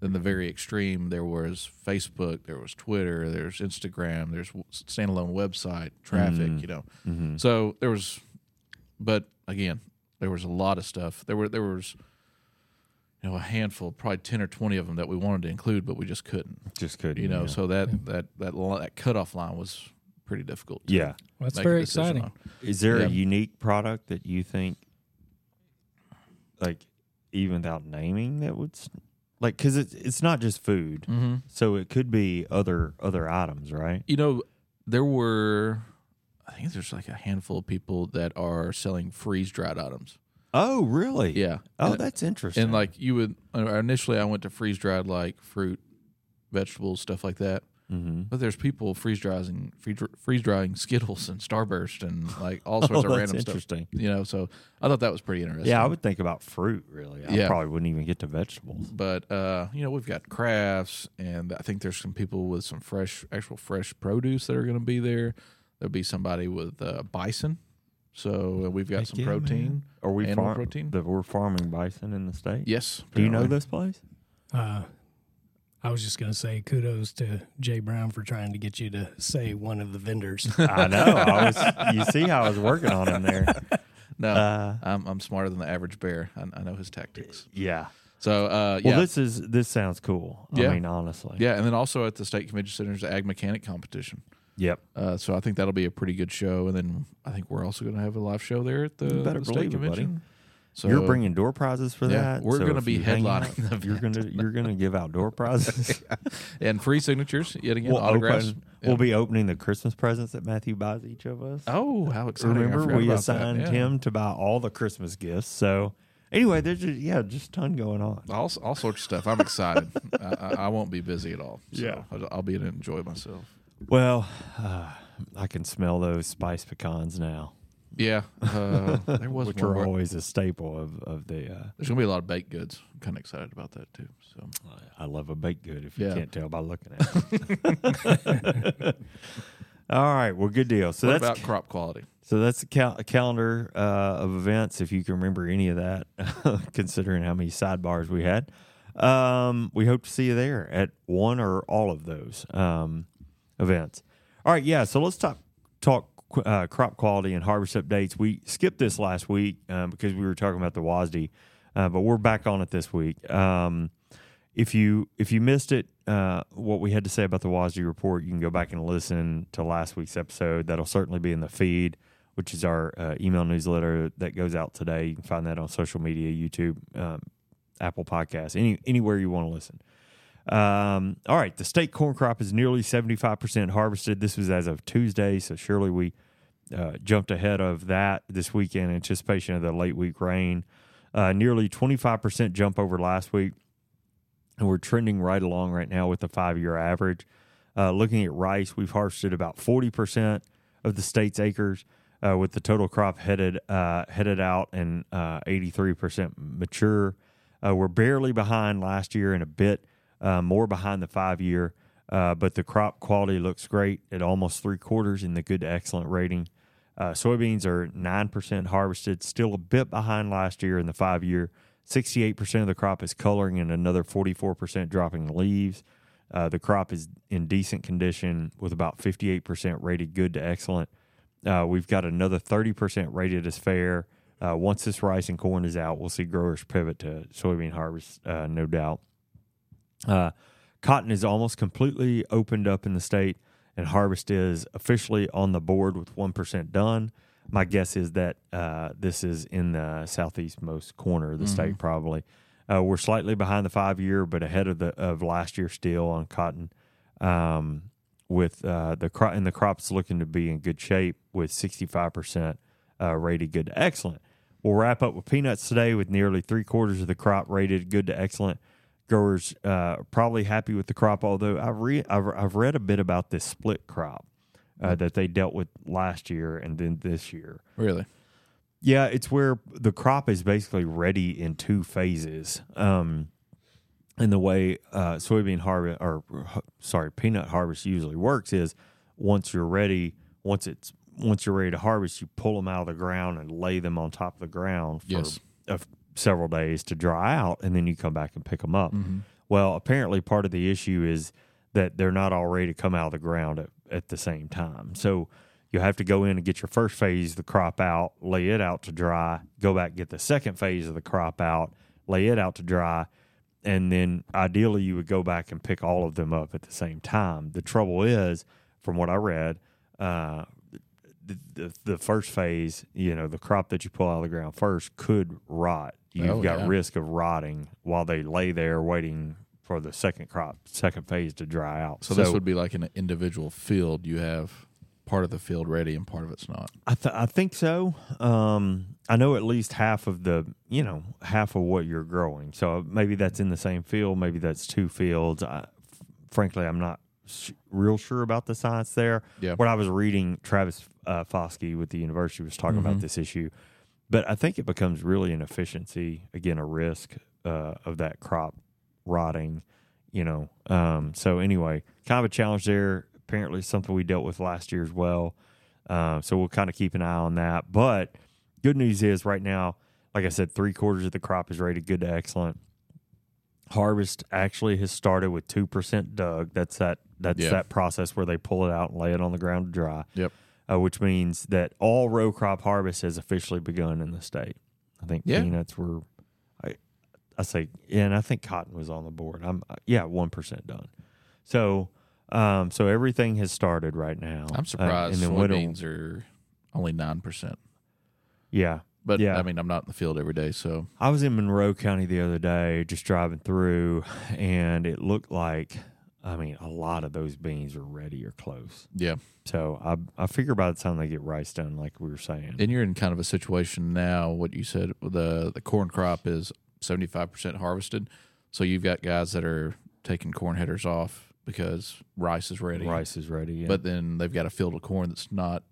Speaker 3: Then the very extreme, there was Facebook, there was Twitter, there's Instagram, there's w- standalone website traffic. You know, so there was, but again, there was a lot of stuff. There were there was. You know, a handful, probably ten or twenty of them that we wanted to include, but we just couldn't
Speaker 1: Just couldn't.
Speaker 3: you know
Speaker 1: yeah.
Speaker 3: so that that that li- that cutoff line was pretty difficult to
Speaker 1: yeah.
Speaker 4: That's
Speaker 3: make a
Speaker 4: very
Speaker 3: decision
Speaker 4: exciting.
Speaker 3: on.
Speaker 1: Is there
Speaker 3: Yeah.
Speaker 1: a unique product that you think, like, even without naming, that would, s- like, because it's it's not just food,
Speaker 3: Mm-hmm.
Speaker 1: so it could be other other items, right?
Speaker 3: you know there were i think there's like a handful of people that are selling freeze dried items
Speaker 1: Oh, really?
Speaker 3: yeah
Speaker 1: Oh,
Speaker 3: and,
Speaker 1: that's interesting.
Speaker 3: and like you would uh, initially i went to freeze dried like fruit vegetables stuff like that
Speaker 1: mm-hmm.
Speaker 3: but there's people freeze drying freeze drying skittles and starburst and like all sorts of
Speaker 1: Oh, that's
Speaker 3: random stuff
Speaker 1: interesting.
Speaker 3: you know so i thought that was pretty interesting
Speaker 1: Yeah, I would think about fruit. Really, I
Speaker 3: Yeah.
Speaker 1: probably wouldn't even get to vegetables.
Speaker 3: but uh, you know we've got crafts and i think there's some people with some fresh actual fresh produce that are going to be there there'll be somebody with uh, bison so uh, we've got some protein
Speaker 1: Are we
Speaker 3: animal
Speaker 1: farm-
Speaker 3: protein
Speaker 1: That we're farming bison in the state.
Speaker 3: yes
Speaker 1: Do you know
Speaker 3: apparently.
Speaker 1: this place?
Speaker 4: Uh, I was just going to say kudos to Jay Brown for trying to get you to say one of the vendors.
Speaker 1: I know. I was. You see how I was working on him there.
Speaker 3: no
Speaker 1: Uh,
Speaker 3: I'm, I'm smarter than the average bear i, I know his tactics
Speaker 1: yeah.
Speaker 3: so uh, yeah
Speaker 1: Well, this is this sounds cool.
Speaker 3: Yeah.
Speaker 1: I mean, honestly.
Speaker 3: yeah and then also at the state convention center's the ag mechanic competition
Speaker 1: Yep.
Speaker 3: uh, so I think that'll be a pretty good show, and then I think we're also going to have a live show there at the,
Speaker 1: You better
Speaker 3: the state
Speaker 1: believe it, buddy.
Speaker 3: convention. So
Speaker 1: you're bringing door prizes for
Speaker 3: Yeah,
Speaker 1: that.
Speaker 3: we're gonna
Speaker 1: if
Speaker 3: be
Speaker 1: you hang out,
Speaker 3: headlining the
Speaker 1: You're gonna you're gonna give out door prizes.
Speaker 3: and free signatures yet again,
Speaker 1: we'll,
Speaker 3: autographs.
Speaker 1: open,
Speaker 3: Yeah.
Speaker 1: we'll be opening the Christmas presents that Matthew buys each of us.
Speaker 3: Oh, how exciting! I
Speaker 1: Remember
Speaker 3: forgot
Speaker 1: we
Speaker 3: about that.
Speaker 1: assigned
Speaker 3: Yeah.
Speaker 1: him to buy all the Christmas gifts. So anyway, there's just yeah, just a ton going on.
Speaker 3: all, all sorts of stuff. I'm excited. I, I, I won't be busy at all. So
Speaker 1: Yeah.
Speaker 3: I'll, I'll be able to enjoy myself.
Speaker 1: Well, uh, I can smell those spice pecans now,
Speaker 3: Yeah, uh, there was
Speaker 1: which
Speaker 3: one
Speaker 1: are
Speaker 3: where-
Speaker 1: always a staple of of the. Uh,
Speaker 3: There's gonna be a lot of baked goods. I'm kind of excited about that too. So
Speaker 1: I love a baked good if you
Speaker 3: Yeah.
Speaker 1: can't tell by looking at it. All right, well, good deal. So
Speaker 3: what
Speaker 1: that's
Speaker 3: about crop quality?
Speaker 1: So that's a, cal- a calendar uh, of events, if you can remember any of that, considering how many sidebars we had. Um, we hope to see you there at one or all of those um, events. All right, yeah. So let's talk talk uh, crop quality and harvest updates. We skipped this last week um, because we were talking about the WASDE, uh, but we're back on it this week. Um, if you if you missed it, uh, what we had to say about the WASD report, you can go back and listen to last week's episode. That'll certainly be in the feed. which is our uh, email newsletter that goes out today. You can find that on social media, YouTube, um, Apple Podcasts, any anywhere you want to listen. Um, all right, the state corn crop is nearly 75% harvested. This was as of Tuesday, so surely we uh, jumped ahead of that this weekend in anticipation of the late week rain. Uh, nearly 25% jump over last week, and we're trending right along right now with the five year average. Uh, looking at rice, we've harvested about 40% of the state's acres, uh, with the total crop headed uh, headed out and uh, 83% mature. Uh, we're barely behind last year and a bit uh, more behind the five year, uh, but the crop quality looks great at almost three quarters in the good to excellent rating. Uh, soybeans are 9% harvested, still a bit behind last year in the five year. 68% of the crop is coloring and another 44% dropping leaves. Uh, the crop is in decent condition with about 58% rated good to excellent. Uh, we've got another 30% rated as fair. Uh, once this rice and corn is out, we'll see growers pivot to soybean harvest, uh, no doubt. Uh, cotton is almost completely opened up in the state, and harvest is officially on the board with 1% done. My guess is that uh, this is in the southeastmost corner of the state, probably. Uh, we're slightly behind the five year, but ahead of the of last year still on cotton. Um, with uh, the crop and the crops looking to be in good shape with 65% uh, rated good to excellent. We'll wrap up with peanuts today with nearly three quarters of the crop rated good to excellent. Growers uh, are probably happy with the crop, although I've, re- I've, I've read a bit about this split crop uh, that they dealt with last year and then this year.
Speaker 3: Really?
Speaker 1: Yeah, it's where the crop is basically ready in two phases. Um, and the way uh, soybean harvest or uh, sorry peanut harvest usually works is once you're ready, once it's once you're ready to harvest, you pull them out of the ground and lay them on top of the ground for
Speaker 3: Yes.
Speaker 1: a f- several days to dry out, and then you come back and pick them up. Well, apparently part of the issue is that they're not all ready to come out of the ground at, at the same time. So you have to go in and get your first phase of the crop out, lay it out to dry, go back get the second phase of the crop out, lay it out to dry, and then ideally you would go back and pick all of them up at the same time. The trouble is, from what I read, uh, the, the the first phase, you know, the crop that you pull out of the ground first could rot. You've
Speaker 3: Oh,
Speaker 1: got
Speaker 3: yeah.
Speaker 1: risk of rotting while they lay there waiting for the second crop, second phase to dry out.
Speaker 3: So, this would be like an individual field. You have part of the field ready and part of it's not.
Speaker 1: I, th- I think so. Um, I know at least half of the, you know, half of what you're growing. So maybe that's in the same field. Maybe that's two fields. I, frankly, I'm not sh- real sure about the science there.
Speaker 3: Yeah.
Speaker 1: What I was reading, Travis uh, Foskey with the university was talking about this issue. But I think it becomes really an efficiency, again, a risk uh, of that crop rotting, you know. Um, so anyway, kind of a challenge there. Apparently, something we dealt with last year as well. Uh, so we'll kind of keep an eye on that. But good news is right now, like I said, three quarters of the crop is rated good to excellent. Harvest actually has started with two percent dug. That's that. That's
Speaker 3: Yeah.
Speaker 1: that process where they pull it out and lay it on the ground to dry.
Speaker 3: Yep.
Speaker 1: Uh, which means that all row crop harvest has officially begun in the state. I think
Speaker 3: Yeah.
Speaker 1: peanuts were, I, I say, yeah, and I think cotton was on the board. I'm uh, yeah, one percent done. So, um, so everything has started right now.
Speaker 3: I'm surprised
Speaker 1: Uh, and then winter-
Speaker 3: soybeans are only 9%.
Speaker 1: yeah,
Speaker 3: But
Speaker 1: Yeah.
Speaker 3: I mean, I'm not in the field every day. So,
Speaker 1: I was in Monroe County the other day, just driving through, and it looked like, I mean, a lot of those beans are ready or close.
Speaker 3: yeah.
Speaker 1: So I I figure by the time they get rice done, like we were saying,
Speaker 3: And you're in kind of a situation now. What you said, the the corn crop is 75% harvested. So you've got guys that are taking corn headers off because rice is ready.
Speaker 1: rice is ready. yeah.
Speaker 3: But then they've got a field of corn that's not,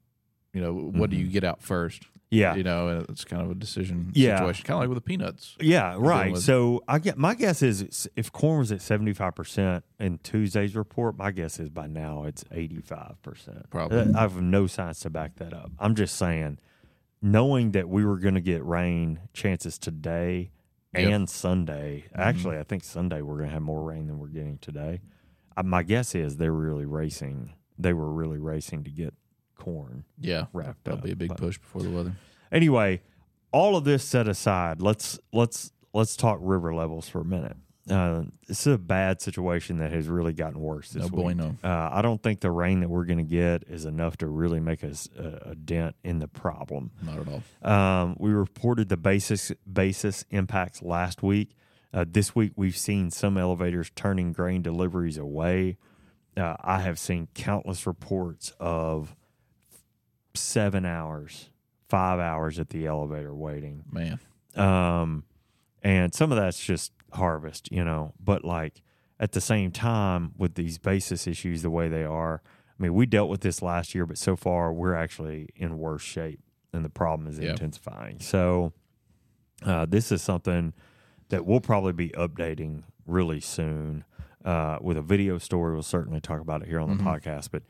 Speaker 3: you know, what do you get out first?
Speaker 1: Mm-hmm. yeah,
Speaker 3: You know, and it's kind of a decision
Speaker 1: Yeah.
Speaker 3: situation, kind of like with the peanuts.
Speaker 1: Yeah, right.
Speaker 3: was-
Speaker 1: So I get my guess is it's- if corn was at seventy five percent in Tuesday's report, my guess is by now it's eighty five percent. Uh,
Speaker 3: Probably.
Speaker 1: I have no science to back that up. I'm just saying, knowing that we were going to get rain chances today
Speaker 3: Yep. Mm-hmm.
Speaker 1: and Sunday. Actually, I think Sunday we're going to have more rain than we're getting today. Uh, my guess is they're really racing. They were really racing to get corn
Speaker 3: Yeah.
Speaker 1: wrapped
Speaker 3: That'll
Speaker 1: up.
Speaker 3: be a big
Speaker 1: But-
Speaker 3: push before the weather.
Speaker 1: anyway all of this set aside let's let's let's talk river levels for a minute uh, this is a bad situation that has really gotten worse this
Speaker 3: No
Speaker 1: week.
Speaker 3: bueno.
Speaker 1: Uh, I don't think the rain that we're going to get is enough to really make us a, a dent in the problem.
Speaker 3: Not at all.
Speaker 1: Um, we reported the basis basis impacts last week. Uh, this week, we've seen some elevators turning grain deliveries away. Uh, I have seen countless reports of seven hours, five hours at the elevator waiting.
Speaker 3: Man.
Speaker 1: Um, and some of that's just harvest, you know. But like at the same time, with these basis issues the way they are, I mean, we dealt with this last year, but so far we're actually in worse shape, and the problem is
Speaker 3: Yeah.
Speaker 1: intensifying. So uh, this is something that we'll probably be updating really soon uh, with a video story. We'll certainly talk about it here on the
Speaker 3: Mm-hmm.
Speaker 1: podcast, but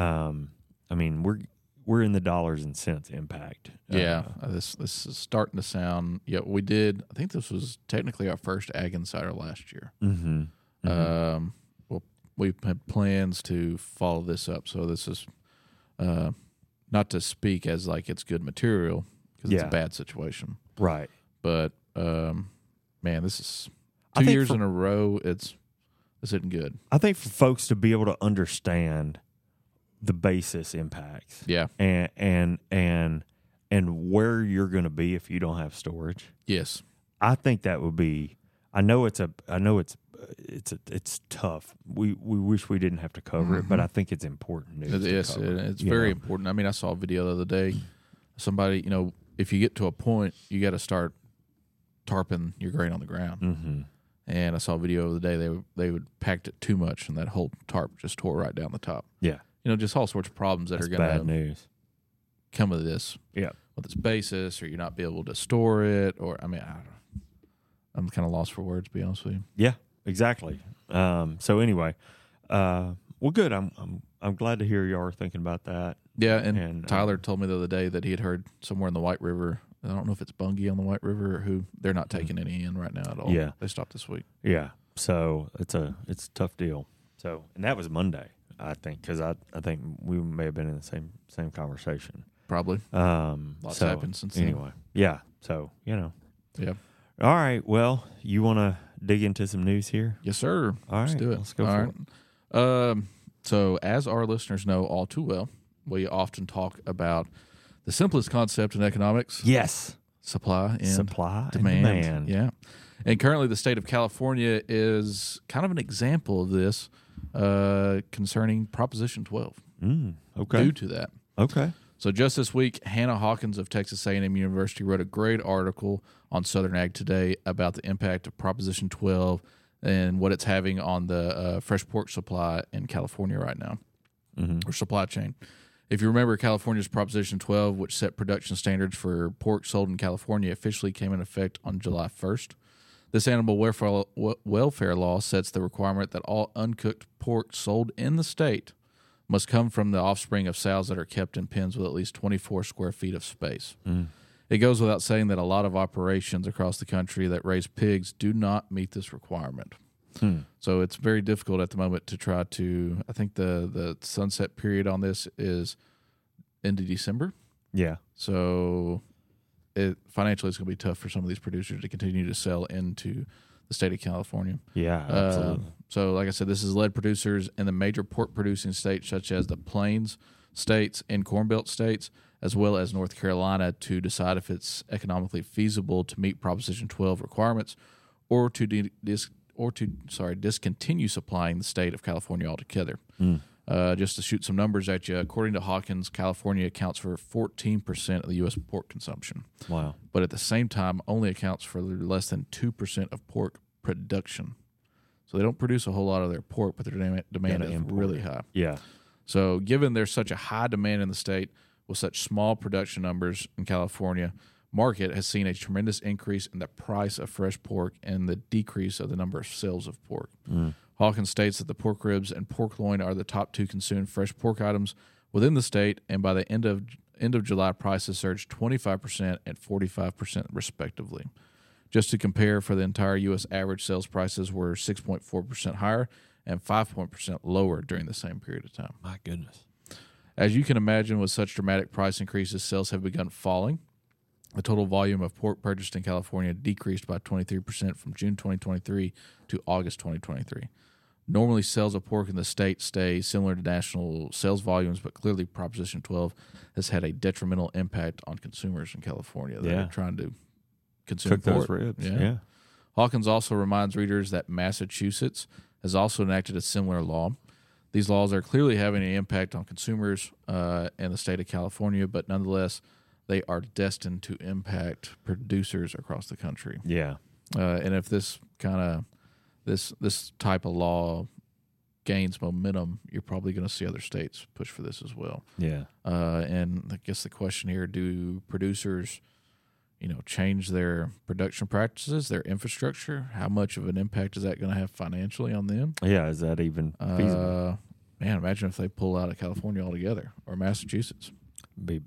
Speaker 1: um, I mean, we're we're in the dollars and cents impact.
Speaker 3: Yeah,
Speaker 1: Uh,
Speaker 3: uh, this this is starting to sound. Yeah, we did. I think this was technically our first Ag Insider last year.
Speaker 1: mhm.
Speaker 3: Um, well, we had plans to follow this up, so this is uh, not to speak as like it's good material because it's
Speaker 1: Yeah.
Speaker 3: a bad situation.
Speaker 1: Right.
Speaker 3: But um, man, this is
Speaker 1: I
Speaker 3: two
Speaker 1: think
Speaker 3: years
Speaker 1: for-
Speaker 3: in a row. It's this isn't good.
Speaker 1: I think for folks to be able to understand the basis impacts
Speaker 3: Yeah.
Speaker 1: and and and and where you're going to be if you don't have storage,
Speaker 3: Yes.
Speaker 1: I think that would be. I know it's a. I know it's it's a, it's tough. We we wish we didn't have to cover it, but I think it's important news.
Speaker 3: Mm-hmm. It
Speaker 1: to
Speaker 3: is.
Speaker 1: cover,
Speaker 3: and it's
Speaker 1: you
Speaker 3: very
Speaker 1: know?
Speaker 3: important. I mean, I saw a video the other day. Somebody, you know, if you get to a point, you got to start tarping your grain on the ground.
Speaker 1: Mm-hmm.
Speaker 3: And I saw a video the other day. They they would packed it too much, and that whole tarp just tore right down the top.
Speaker 1: Yeah,
Speaker 3: You know, just all sorts of problems that
Speaker 1: that's
Speaker 3: are going
Speaker 1: bad
Speaker 3: to
Speaker 1: news.
Speaker 3: come of this
Speaker 1: Yeah,
Speaker 3: with its basis, or you not be able to store it, or I mean, I don't know. I'm kind of lost for words, to be honest with you.
Speaker 1: yeah, exactly. Um, so anyway, uh, well, good. I'm I'm I'm glad to hear you are thinking about that.
Speaker 3: Yeah, and,
Speaker 1: And, uh,
Speaker 3: Tyler told me the other day that he had heard somewhere in the White River. I don't know if it's Bungie on the White River or who. They're not taking any in right now at all.
Speaker 1: Mm-hmm. Yeah.
Speaker 3: they stopped this week.
Speaker 1: Yeah. So it's a it's a tough deal. So and that was Monday, I think, because I, I think we may have been in the same same conversation.
Speaker 3: Probably.
Speaker 1: Um,
Speaker 3: Lots
Speaker 1: so
Speaker 3: happened since then.
Speaker 1: anyway. Yeah. So you know.
Speaker 3: Yeah.
Speaker 1: All right. Well, you want to dig into some news here?
Speaker 3: Yes, sir.
Speaker 1: All
Speaker 3: Let's
Speaker 1: right,
Speaker 3: do it.
Speaker 1: let's go
Speaker 3: All
Speaker 1: for
Speaker 3: right. Um, so, as our listeners know all too well, we often talk about the simplest concept in economics:
Speaker 1: Yes.
Speaker 3: supply and
Speaker 1: Supply
Speaker 3: demand.
Speaker 1: and demand.
Speaker 3: Yeah. And currently, the state of California is kind of an example of this uh, concerning Proposition 12.
Speaker 1: Mm, okay.
Speaker 3: Due to that,
Speaker 1: Okay.
Speaker 3: So just this week, Hannah Hawkins of Texas A&M University wrote a great article on Southern Ag Today about the impact of Proposition 12 and what it's having on the uh, fresh pork supply in California right now, or supply chain. If you remember, California's Proposition 12, which set production standards for pork sold in California, officially came in effect on July 1st. This animal welfare, wel- welfare law sets the requirement that all uncooked pork sold in the state must come from the offspring of sows that are kept in pens with at least 24 square feet of space. It goes without saying that a lot of operations across the country that raise pigs do not meet this requirement.
Speaker 1: Hmm.
Speaker 3: So it's very difficult at the moment to try to. I think the the sunset period on this is into December.
Speaker 1: Yeah.
Speaker 3: So it financially it's going to be tough for some of these producers to continue to sell into the state of California.
Speaker 1: Yeah.
Speaker 3: Uh,
Speaker 1: Absolutely.
Speaker 3: so, like I said, this has led producers in the major pork producing states, such as the Plains states and Corn Belt states, as well as North Carolina, to decide if it's economically feasible to meet Proposition 12 requirements or to de- dis- or to sorry discontinue supplying the state of California altogether.
Speaker 1: Hmm.
Speaker 3: Uh, just to shoot some numbers at you, according to Hawkins, California accounts for 14% of the U.S. pork consumption,
Speaker 1: wow.
Speaker 3: but at the same time only accounts for less than 2% of pork production. So they don't produce a whole lot of their pork, but their demand, demand
Speaker 1: Gotta
Speaker 3: is
Speaker 1: import
Speaker 3: really
Speaker 1: it.
Speaker 3: high.
Speaker 1: Yeah.
Speaker 3: So, given there's such a high demand in the state with such small production numbers in California, market has seen a tremendous increase in the price of fresh pork and the decrease of the number of sales of pork. Hawkins states that the pork ribs and pork loin are the top two consumed fresh pork items within the state, and by the end of end of July, prices surged 25% and 45% respectively. Just to compare, for the entire U.S., average sales prices were 6.4% higher and 5.0% lower during the same period of time.
Speaker 1: My goodness.
Speaker 3: As you can imagine, with such dramatic price increases, sales have begun falling. The total volume of pork purchased in California decreased by 23% from June 2023 to August 2023. Normally, sales of pork in the state stay similar to national sales volumes, but clearly Proposition 12 has had a detrimental impact on consumers in California that
Speaker 1: Yeah.
Speaker 3: are trying to consume
Speaker 1: Cook those
Speaker 3: pork.
Speaker 1: ribs.
Speaker 3: Yeah. Hawkins also reminds readers that Massachusetts has also enacted a similar law. These laws are clearly having an impact on consumers uh, in the state of California, but nonetheless, they are destined to impact producers across the country.
Speaker 1: Yeah.
Speaker 3: Uh, and if this kind of this this type of law gains momentum, you're probably going to see other states push for this as well.
Speaker 1: Yeah.
Speaker 3: Uh, and I guess the question here: Do producers, you know, change their production practices, their infrastructure? How much of an impact is that going to have financially on them?
Speaker 1: Yeah. Is that even feasible?
Speaker 3: Uh, man, imagine if they pull out of California altogether or Massachusetts.
Speaker 1: Be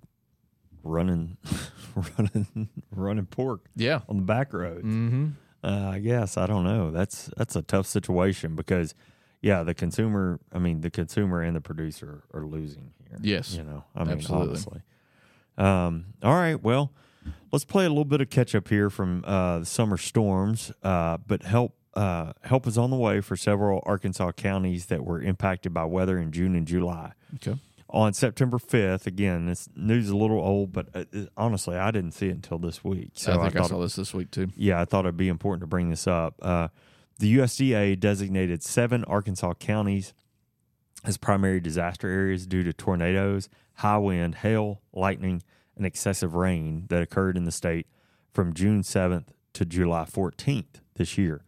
Speaker 1: running, running, running pork
Speaker 3: Yeah.
Speaker 1: on the back roads.
Speaker 3: Mm-hmm.
Speaker 1: Uh, I guess I don't know. That's that's a tough situation because, yeah, the consumer. I mean, the consumer and the producer are losing here.
Speaker 3: Yes.
Speaker 1: you know. I mean,
Speaker 3: Absolutely.
Speaker 1: obviously. Um. All right. Well, let's play a little bit of catch up here from uh, the summer storms. Uh, but help. Uh, help is on the way for several Arkansas counties that were impacted by weather in June and July
Speaker 3: Okay.
Speaker 1: on September 5th. Again, this news is a little old, but uh, it- honestly, I didn't see it until this week. So
Speaker 3: I think I,
Speaker 1: thought,
Speaker 3: saw this this week too.
Speaker 1: yeah, I thought it'd be important to bring this up. Uh, the USDA designated seven Arkansas counties as primary disaster areas due to tornadoes, high wind, hail, lightning, and excessive rain that occurred in the state from June 7th to July 14th this year.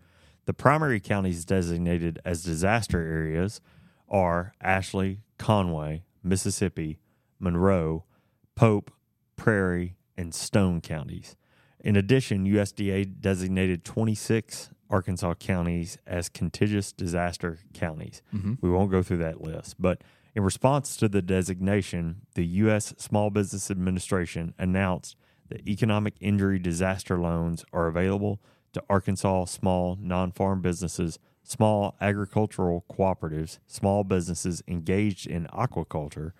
Speaker 1: The primary counties designated as disaster areas are Ashley, Conway, Mississippi, Monroe, Pope, Prairie, and Stone counties. In addition, USDA designated 26 Arkansas counties as contiguous disaster counties. We won't go through that list, but in response to the designation, the U.S. Small Business Administration announced that economic injury disaster loans are available to Arkansas small non farm businesses, small agricultural cooperatives, small businesses engaged in aquaculture,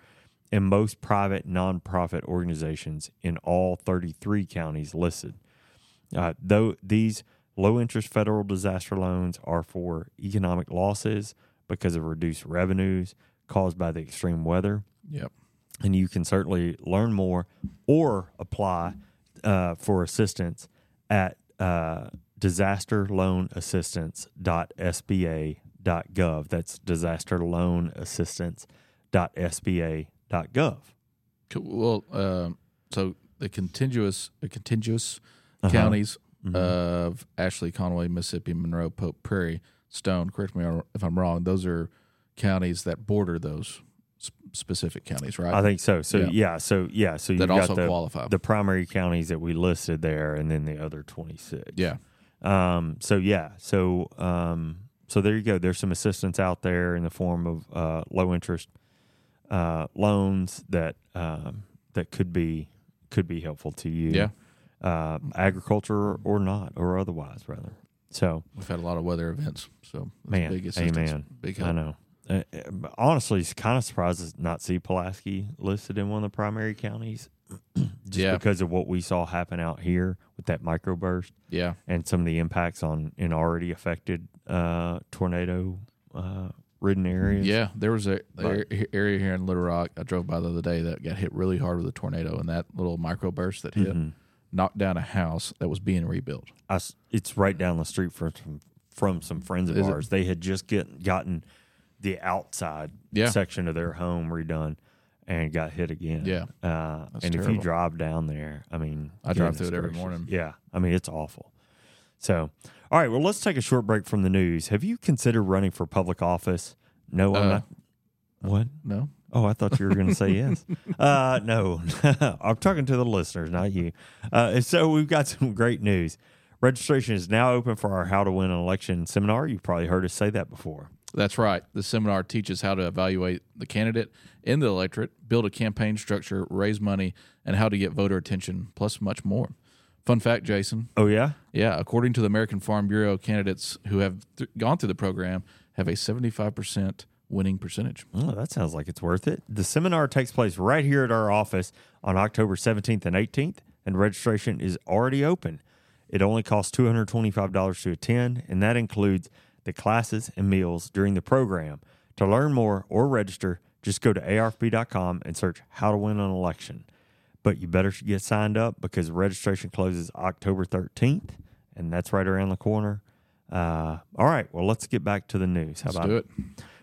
Speaker 1: and most private nonprofit organizations in all 33 counties listed. Uh, though these low interest federal disaster loans are for economic losses because of reduced revenues caused by the extreme weather,
Speaker 3: Yep.
Speaker 1: and you can certainly learn more or apply uh, for assistance at uh, disasterloanassistance.sba.gov. That's disasterloanassistance.sba.gov.
Speaker 3: Cool. Well, um, so the contiguous, the contiguous
Speaker 1: Uh-huh.
Speaker 3: counties
Speaker 1: Mm-hmm.
Speaker 3: uh, of Ashley, Conway, Mississippi, Monroe, Pope Prairie, Stone. Correct me if I'm wrong. Those are counties that border those sp- specific counties, right?
Speaker 1: I think so. So yeah,
Speaker 3: Yeah.
Speaker 1: so yeah, so you
Speaker 3: That
Speaker 1: got
Speaker 3: also
Speaker 1: the,
Speaker 3: qualify.
Speaker 1: the primary counties that we listed there, and then the other twenty six.
Speaker 3: yeah.
Speaker 1: Um, so yeah, so um, so there you go. There's some assistance out there in the form of uh, low interest uh, loans that um, that could be could be helpful to you.
Speaker 3: Yeah.
Speaker 1: uh, agriculture or not, or otherwise rather. So
Speaker 3: We've had a lot of weather events, so that's
Speaker 1: man,
Speaker 3: big assistance,
Speaker 1: amen.
Speaker 3: Big
Speaker 1: I
Speaker 3: help.
Speaker 1: know. Uh, uh, honestly, it's kind of surprised to not see Pulaski listed in one of the primary counties, just
Speaker 3: Yeah.
Speaker 1: because of what we saw happen out here with that microburst
Speaker 3: Yeah,
Speaker 1: and some of the impacts on in already affected uh, tornado uh, ridden areas.
Speaker 3: yeah. There was a
Speaker 1: But-
Speaker 3: a- area here in Little Rock I drove by the other day that got hit really hard with a tornado, and that little microburst that hit
Speaker 1: Mm-hmm.
Speaker 3: knocked down a house that was being rebuilt.
Speaker 1: I s it's right down the street from from, from some friends of
Speaker 3: Is it-
Speaker 1: ours. They had just get gotten the outside
Speaker 3: Yeah.
Speaker 1: section of their home redone and got hit again.
Speaker 3: Yeah.
Speaker 1: uh,
Speaker 3: That's
Speaker 1: and if you
Speaker 3: terrible.
Speaker 1: drive down there, I mean,
Speaker 3: I drive
Speaker 1: goodness
Speaker 3: through it every
Speaker 1: gracious.
Speaker 3: morning.
Speaker 1: Yeah, I mean, it's awful. So, all right, well, let's take a short break from the news. Have you considered running for public office? No, I'm
Speaker 3: Uh,
Speaker 1: not. What?
Speaker 3: No,
Speaker 1: Oh, I thought you were going to say yes. Uh, no, I'm talking to the listeners, not you. Uh, so we've got some great news. Registration is now open for our How to Win an Election seminar. You've probably heard us say that before.
Speaker 3: That's right. The seminar teaches how to evaluate the candidate in the electorate, build a campaign structure, raise money, and how to get voter attention, plus much more. Fun fact, Jason.
Speaker 1: Oh yeah,
Speaker 3: Yeah, according to the American Farm Bureau, candidates who have th- gone through the program have a 75% winning percentage.
Speaker 1: Oh, that sounds like it's worth it. The seminar takes place right here at our office on October 17th and 18th. and registration is already open. It only costs $225 to attend, and that includes the classes and meals during the program. To learn more or register, just go to arfp.com and search how to win an election. But you better get signed up because registration closes October 13th, and that's right around the corner. Uh, all right, well, let's get back to the news. How
Speaker 3: Let's
Speaker 1: about
Speaker 3: do it.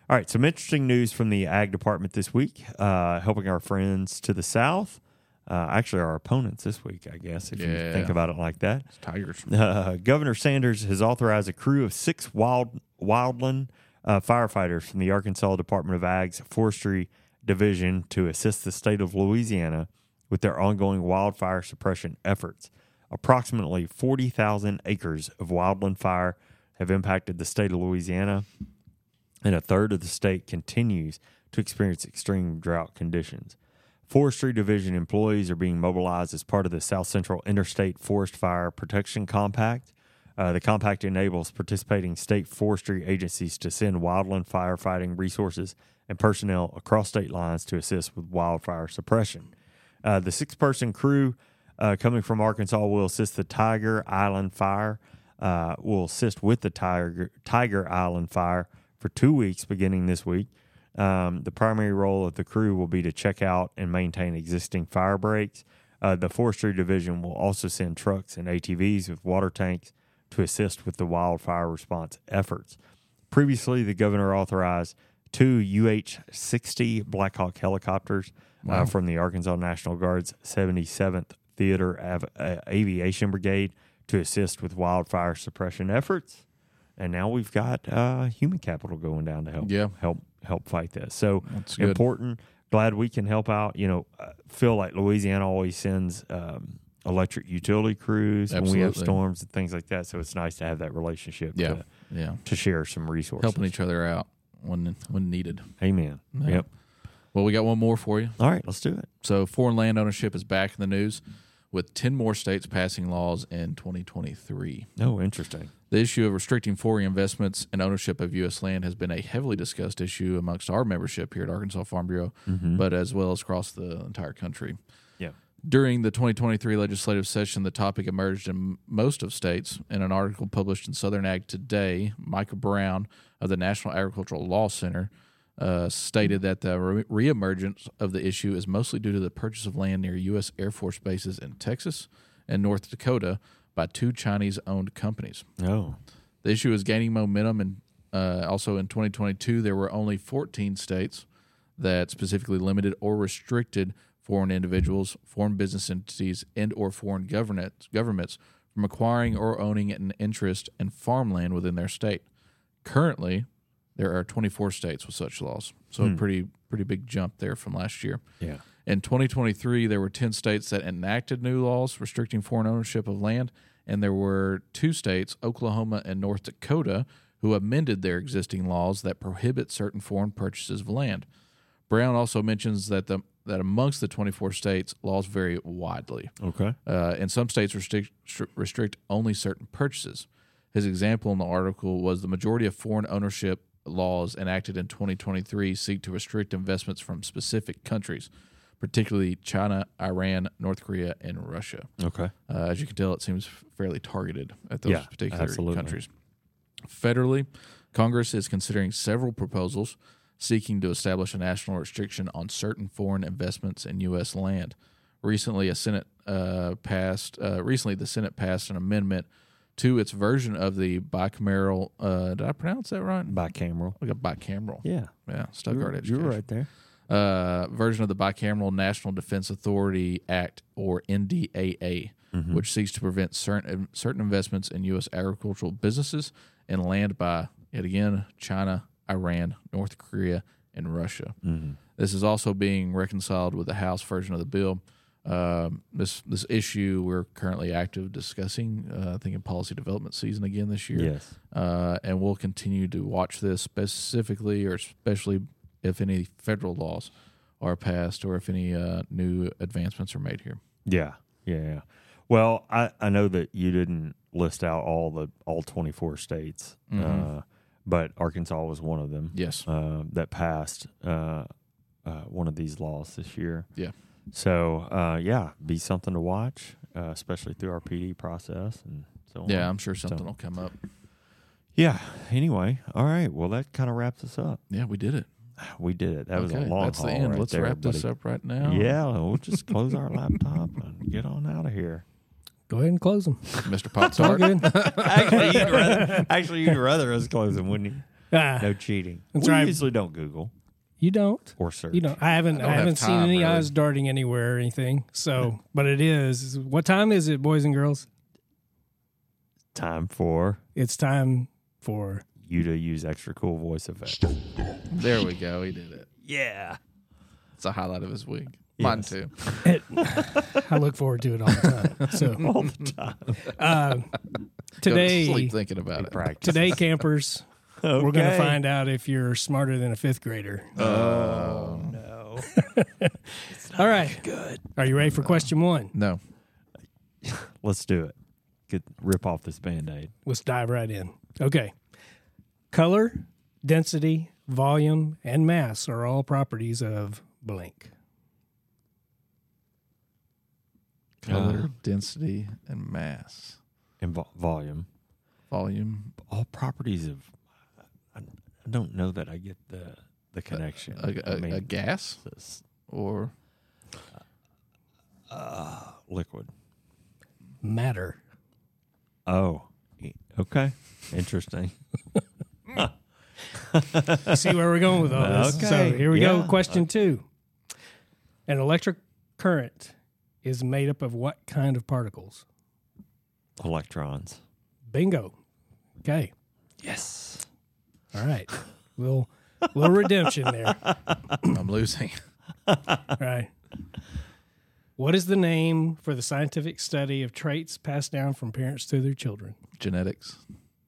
Speaker 1: all right, some interesting news from the ag department this week, uh, helping our friends to the south. Uh, actually, our opponents this week, I guess, if you
Speaker 3: Yeah.
Speaker 1: think about it like that.
Speaker 3: It's Tigers.
Speaker 1: Uh, Governor Sanders has authorized a crew of six wild wildland uh, firefighters from the Arkansas Department of Ag's Forestry Division to assist the state of Louisiana with their ongoing wildfire suppression efforts. Approximately 40,000 acres of wildland fire have impacted the state of Louisiana, and a third of the state continues to experience extreme drought conditions. Forestry Division employees are being mobilized as part of the South Central Interstate Forest Fire Protection Compact. Uh, the compact enables participating state forestry agencies to send wildland firefighting resources and personnel across state lines to assist with wildfire suppression. Uh, the six person crew uh, coming from Arkansas will assist the Tiger Island Fire, uh, will assist with the Tiger, Tiger Island Fire for two weeks beginning this week. Um, the primary role of the crew will be to check out and maintain existing fire breaks. Uh, the forestry division will also send trucks and ATVs with water tanks to assist with the wildfire response efforts. Previously, the governor authorized two UH 60 Black Hawk helicopters uh, from the Arkansas National Guard's 77th Theater Av- uh, Aviation Brigade to assist with wildfire suppression efforts. And now we've got uh, human capital going down to help
Speaker 3: Yeah.
Speaker 1: help help fight this. So
Speaker 3: That's good.
Speaker 1: important. Glad we can help out. You know, I feel like Louisiana always sends um, electric utility crews when we have
Speaker 3: Absolutely.
Speaker 1: storms and things like that. So it's nice to have that relationship.
Speaker 3: Yeah.
Speaker 1: To,
Speaker 3: Yeah.
Speaker 1: to share some resources.
Speaker 3: Helping each other out when when needed.
Speaker 1: Amen. Yep.
Speaker 3: Well, we got one more for you.
Speaker 1: All right, let's do it.
Speaker 3: So, foreign land ownership is back in the news with 10 more states passing laws in 2023.
Speaker 1: Oh, interesting.
Speaker 3: The issue of restricting foreign investments and ownership of U.S. land has been a heavily discussed issue amongst our membership here at Arkansas Farm Bureau, but as well as across the entire country.
Speaker 1: Yeah.
Speaker 3: During the 2023 legislative session, the topic emerged in most of states. In an article published in Southern Ag Today, Micah Brown of the National Agricultural Law Center uh, stated that the re- reemergence of the issue is mostly due to the purchase of land near U.S. Air Force bases in Texas and North Dakota by two Chinese owned companies.
Speaker 1: Oh,
Speaker 3: The issue is gaining momentum, and uh, also in 2022, there were only 14 states that specifically limited or restricted foreign individuals, foreign business entities, and/or foreign governments governments from acquiring or owning an interest in farmland within their state. Currently, there are 24 states with such laws, so a pretty pretty big jump there from last year.
Speaker 1: yeah.
Speaker 3: In 2023, there were 10 states that enacted new laws restricting foreign ownership of land, and there were two states, Oklahoma and North Dakota, who amended their existing laws that prohibit certain foreign purchases of land. Brown also mentions that the that amongst the 24 states, laws vary widely.
Speaker 1: Okay.
Speaker 3: Uh, and some states restrict, stri- restrict only certain purchases. His example in the article was the majority of foreign ownership laws enacted in 2023 seek to restrict investments from specific countries, particularly China, Iran, North Korea, and Russia.
Speaker 1: Okay.
Speaker 3: Uh, as you can tell, it seems fairly targeted at those
Speaker 1: Yeah,
Speaker 3: particular
Speaker 1: absolutely.
Speaker 3: countries. Federally, Congress is considering several proposals seeking to establish a national restriction on certain foreign investments in U.S. land. Recently, a Senate uh, passed. Uh, recently, the Senate passed an amendment to its version of the bicameral. Uh, did I pronounce that right?
Speaker 1: Bicameral.
Speaker 3: Like a bicameral.
Speaker 1: Yeah.
Speaker 3: yeah Stuttgart
Speaker 1: you
Speaker 3: education
Speaker 1: were right there.
Speaker 3: uh, version of the Bicameral National Defense Authority Act, or NDAA, which seeks to prevent certain um, certain investments in U.S. agricultural businesses and land by yet again China, Iran, North Korea, and Russia.
Speaker 1: Mm-hmm.
Speaker 3: This is also being reconciled with the House version of the bill. Um, this this issue we're currently active discussing. Uh, I think in policy development season again this year
Speaker 1: Yes.
Speaker 3: uh, and we'll continue to watch this specifically or especially if any federal laws are passed or if any uh, new advancements are made here.
Speaker 1: Yeah. Yeah. yeah. Well, I, I know that you didn't list out all the all 24 states, uh, but Arkansas was one of them.
Speaker 3: Yes.
Speaker 1: uh, that passed uh, uh, one of these laws this year.
Speaker 3: Yeah.
Speaker 1: So uh, yeah, be something to watch, uh, especially through our PD process and so on.
Speaker 3: Yeah, I'm sure something
Speaker 1: So-
Speaker 3: will come up.
Speaker 1: Yeah. Anyway, all right. Well, that kind of wraps us up.
Speaker 3: Yeah, we did it.
Speaker 1: We did it. That was a
Speaker 3: okay,
Speaker 1: long.
Speaker 3: that's the
Speaker 1: haul
Speaker 3: end.
Speaker 1: right
Speaker 3: Let's
Speaker 1: there,
Speaker 3: wrap this
Speaker 1: buddy.
Speaker 3: up right now.
Speaker 1: Yeah, we'll just close our laptop and get on out of here.
Speaker 4: Go ahead and close them.
Speaker 3: Mr. Pop Tart.
Speaker 4: Good.
Speaker 1: Actually, you'd rather, actually, you'd rather us close them, wouldn't you?
Speaker 4: Ah,
Speaker 1: No cheating.
Speaker 4: That's
Speaker 1: we
Speaker 4: right.
Speaker 1: usually don't Google
Speaker 4: you don't.
Speaker 1: or search.
Speaker 4: You know, I haven't.
Speaker 3: I
Speaker 4: I,
Speaker 3: don't have
Speaker 4: haven't seen
Speaker 3: time,
Speaker 4: any
Speaker 3: really.
Speaker 4: eyes darting anywhere or anything. So, but it is. What time is it, boys and girls?
Speaker 1: Time for
Speaker 4: It's time for
Speaker 1: you to use extra cool voice effects.
Speaker 3: there we go. He did it.
Speaker 1: Yeah.
Speaker 3: It's a highlight of his week. Mine
Speaker 1: Yes.
Speaker 3: too.
Speaker 4: it. I look forward to it all the time. So,
Speaker 1: All the time.
Speaker 4: uh,
Speaker 3: Go to
Speaker 4: today,
Speaker 3: sleep thinking about it.
Speaker 1: Practice.
Speaker 4: today, campers,
Speaker 1: Okay.
Speaker 4: we're going to find out if you're smarter than a fifth grader.
Speaker 1: Oh,
Speaker 3: Um,
Speaker 1: no.
Speaker 4: all right. Good. Are you ready for question one?
Speaker 3: No.
Speaker 1: Let's do it. Get rip off this band aid.
Speaker 4: Let's dive right in. Okay. Color, density, volume, and mass are all properties of blank.
Speaker 3: Color, density, and mass.
Speaker 1: And vo- volume.
Speaker 3: Volume.
Speaker 1: All properties of. I, I don't know that I get the the connection.
Speaker 3: A,
Speaker 1: I
Speaker 3: a-
Speaker 1: mean,
Speaker 3: a gas
Speaker 1: it's
Speaker 3: or
Speaker 1: Uh, liquid.
Speaker 4: Matter.
Speaker 1: Oh. e- Okay. Interesting.
Speaker 4: You see where we're going with all this? So
Speaker 1: Okay,
Speaker 4: here we go.
Speaker 1: yeah.
Speaker 4: Question two. An electric current is made up of what kind of particles?
Speaker 1: Electrons.
Speaker 4: Bingo. Okay.
Speaker 1: Yes.
Speaker 4: All right. Little little redemption there.
Speaker 3: I'm losing.
Speaker 4: Right. What is the name for the scientific study of traits passed down from parents to their children?
Speaker 3: Genetics.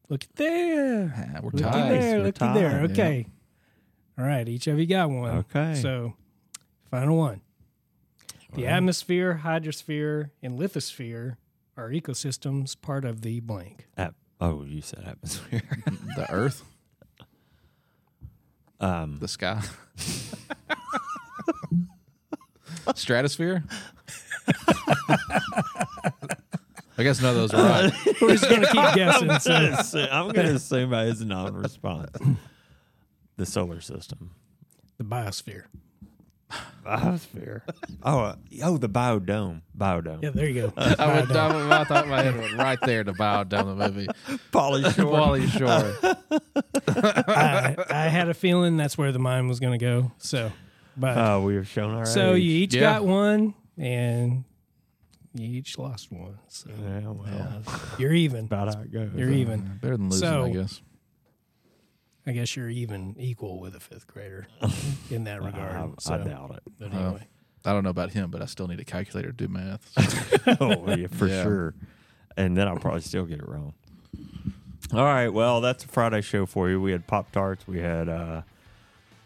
Speaker 4: Look at there.
Speaker 3: Ah, we're
Speaker 4: Looky
Speaker 1: Ties.
Speaker 3: tied.
Speaker 4: there,
Speaker 1: We're
Speaker 4: looky there.
Speaker 1: tied,
Speaker 3: yeah.
Speaker 4: Okay. All right, each of you got one.
Speaker 1: Okay.
Speaker 4: So, final one. The atmosphere, hydrosphere, and lithosphere are ecosystems part of the blank.
Speaker 1: At, oh, you said atmosphere.
Speaker 3: The earth,
Speaker 1: um,
Speaker 3: the sky. Stratosphere. I guess none of those were right.
Speaker 4: We're just going to keep guessing. So,
Speaker 1: gonna assume- I'm going to assume by his non-response. The solar system.
Speaker 4: the biosphere.
Speaker 1: Biosphere. Oh, uh, oh, the biodome. Biodome.
Speaker 4: Yeah, there you go.
Speaker 3: I, would,
Speaker 4: Biodome.
Speaker 3: I, would- I thought my head went right there to bow down the movie.
Speaker 1: Polly Shore.
Speaker 3: Wally Shore.
Speaker 4: I, I had a feeling that's where the mine was going to go. So, but
Speaker 1: Oh, we have shown our
Speaker 4: so
Speaker 1: age.
Speaker 4: you each
Speaker 3: Yeah.
Speaker 4: got one, and you each lost one. So
Speaker 1: Yeah, well,
Speaker 4: you're even.
Speaker 1: about how it goes. Uh,
Speaker 4: You're even.
Speaker 3: Better than losing,
Speaker 4: So-
Speaker 3: I guess.
Speaker 4: I guess you're even equal with a fifth grader in that regard.
Speaker 1: I,
Speaker 4: so,
Speaker 1: I doubt it.
Speaker 4: but anyway.
Speaker 3: I don't know about him, but I still need a calculator to do math.
Speaker 1: Oh, yeah, for
Speaker 3: Yeah.
Speaker 1: sure. And then I'll probably still get it wrong. All right. Well, that's a Friday show for you. We had Pop Tarts. We had uh,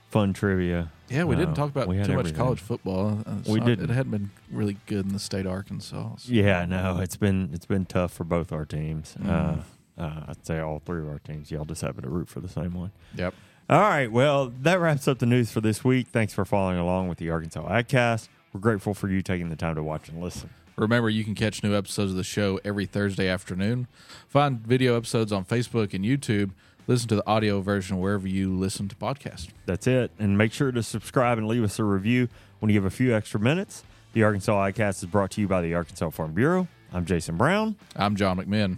Speaker 1: fun trivia.
Speaker 3: Yeah, we didn't
Speaker 1: Uh,
Speaker 3: talk about too
Speaker 1: we had
Speaker 3: much
Speaker 1: everything.
Speaker 3: college football. Uh, it's
Speaker 1: We
Speaker 3: not-
Speaker 1: didn't.
Speaker 3: It hadn't been really good in the state of Arkansas. so-
Speaker 1: Yeah, no, it's been it's been tough for both our teams. Uh, uh, I'd say all three of our teams. Y'all just happen to root for the same one.
Speaker 3: Yep.
Speaker 1: All right, well, that wraps up the news for this week. Thanks for following along with the Arkansas Adcast. We're grateful for you taking the time to watch and listen.
Speaker 3: Remember, you can catch new episodes of the show every Thursday afternoon. Find video episodes on Facebook and YouTube. Listen to the audio version wherever you listen to podcasts.
Speaker 1: That's it. And make sure to subscribe and leave us a review when you have a few extra minutes. The Arkansas Adcast is brought to you by the Arkansas Farm Bureau. I'm Jason Brown,
Speaker 3: I'm John McMinn.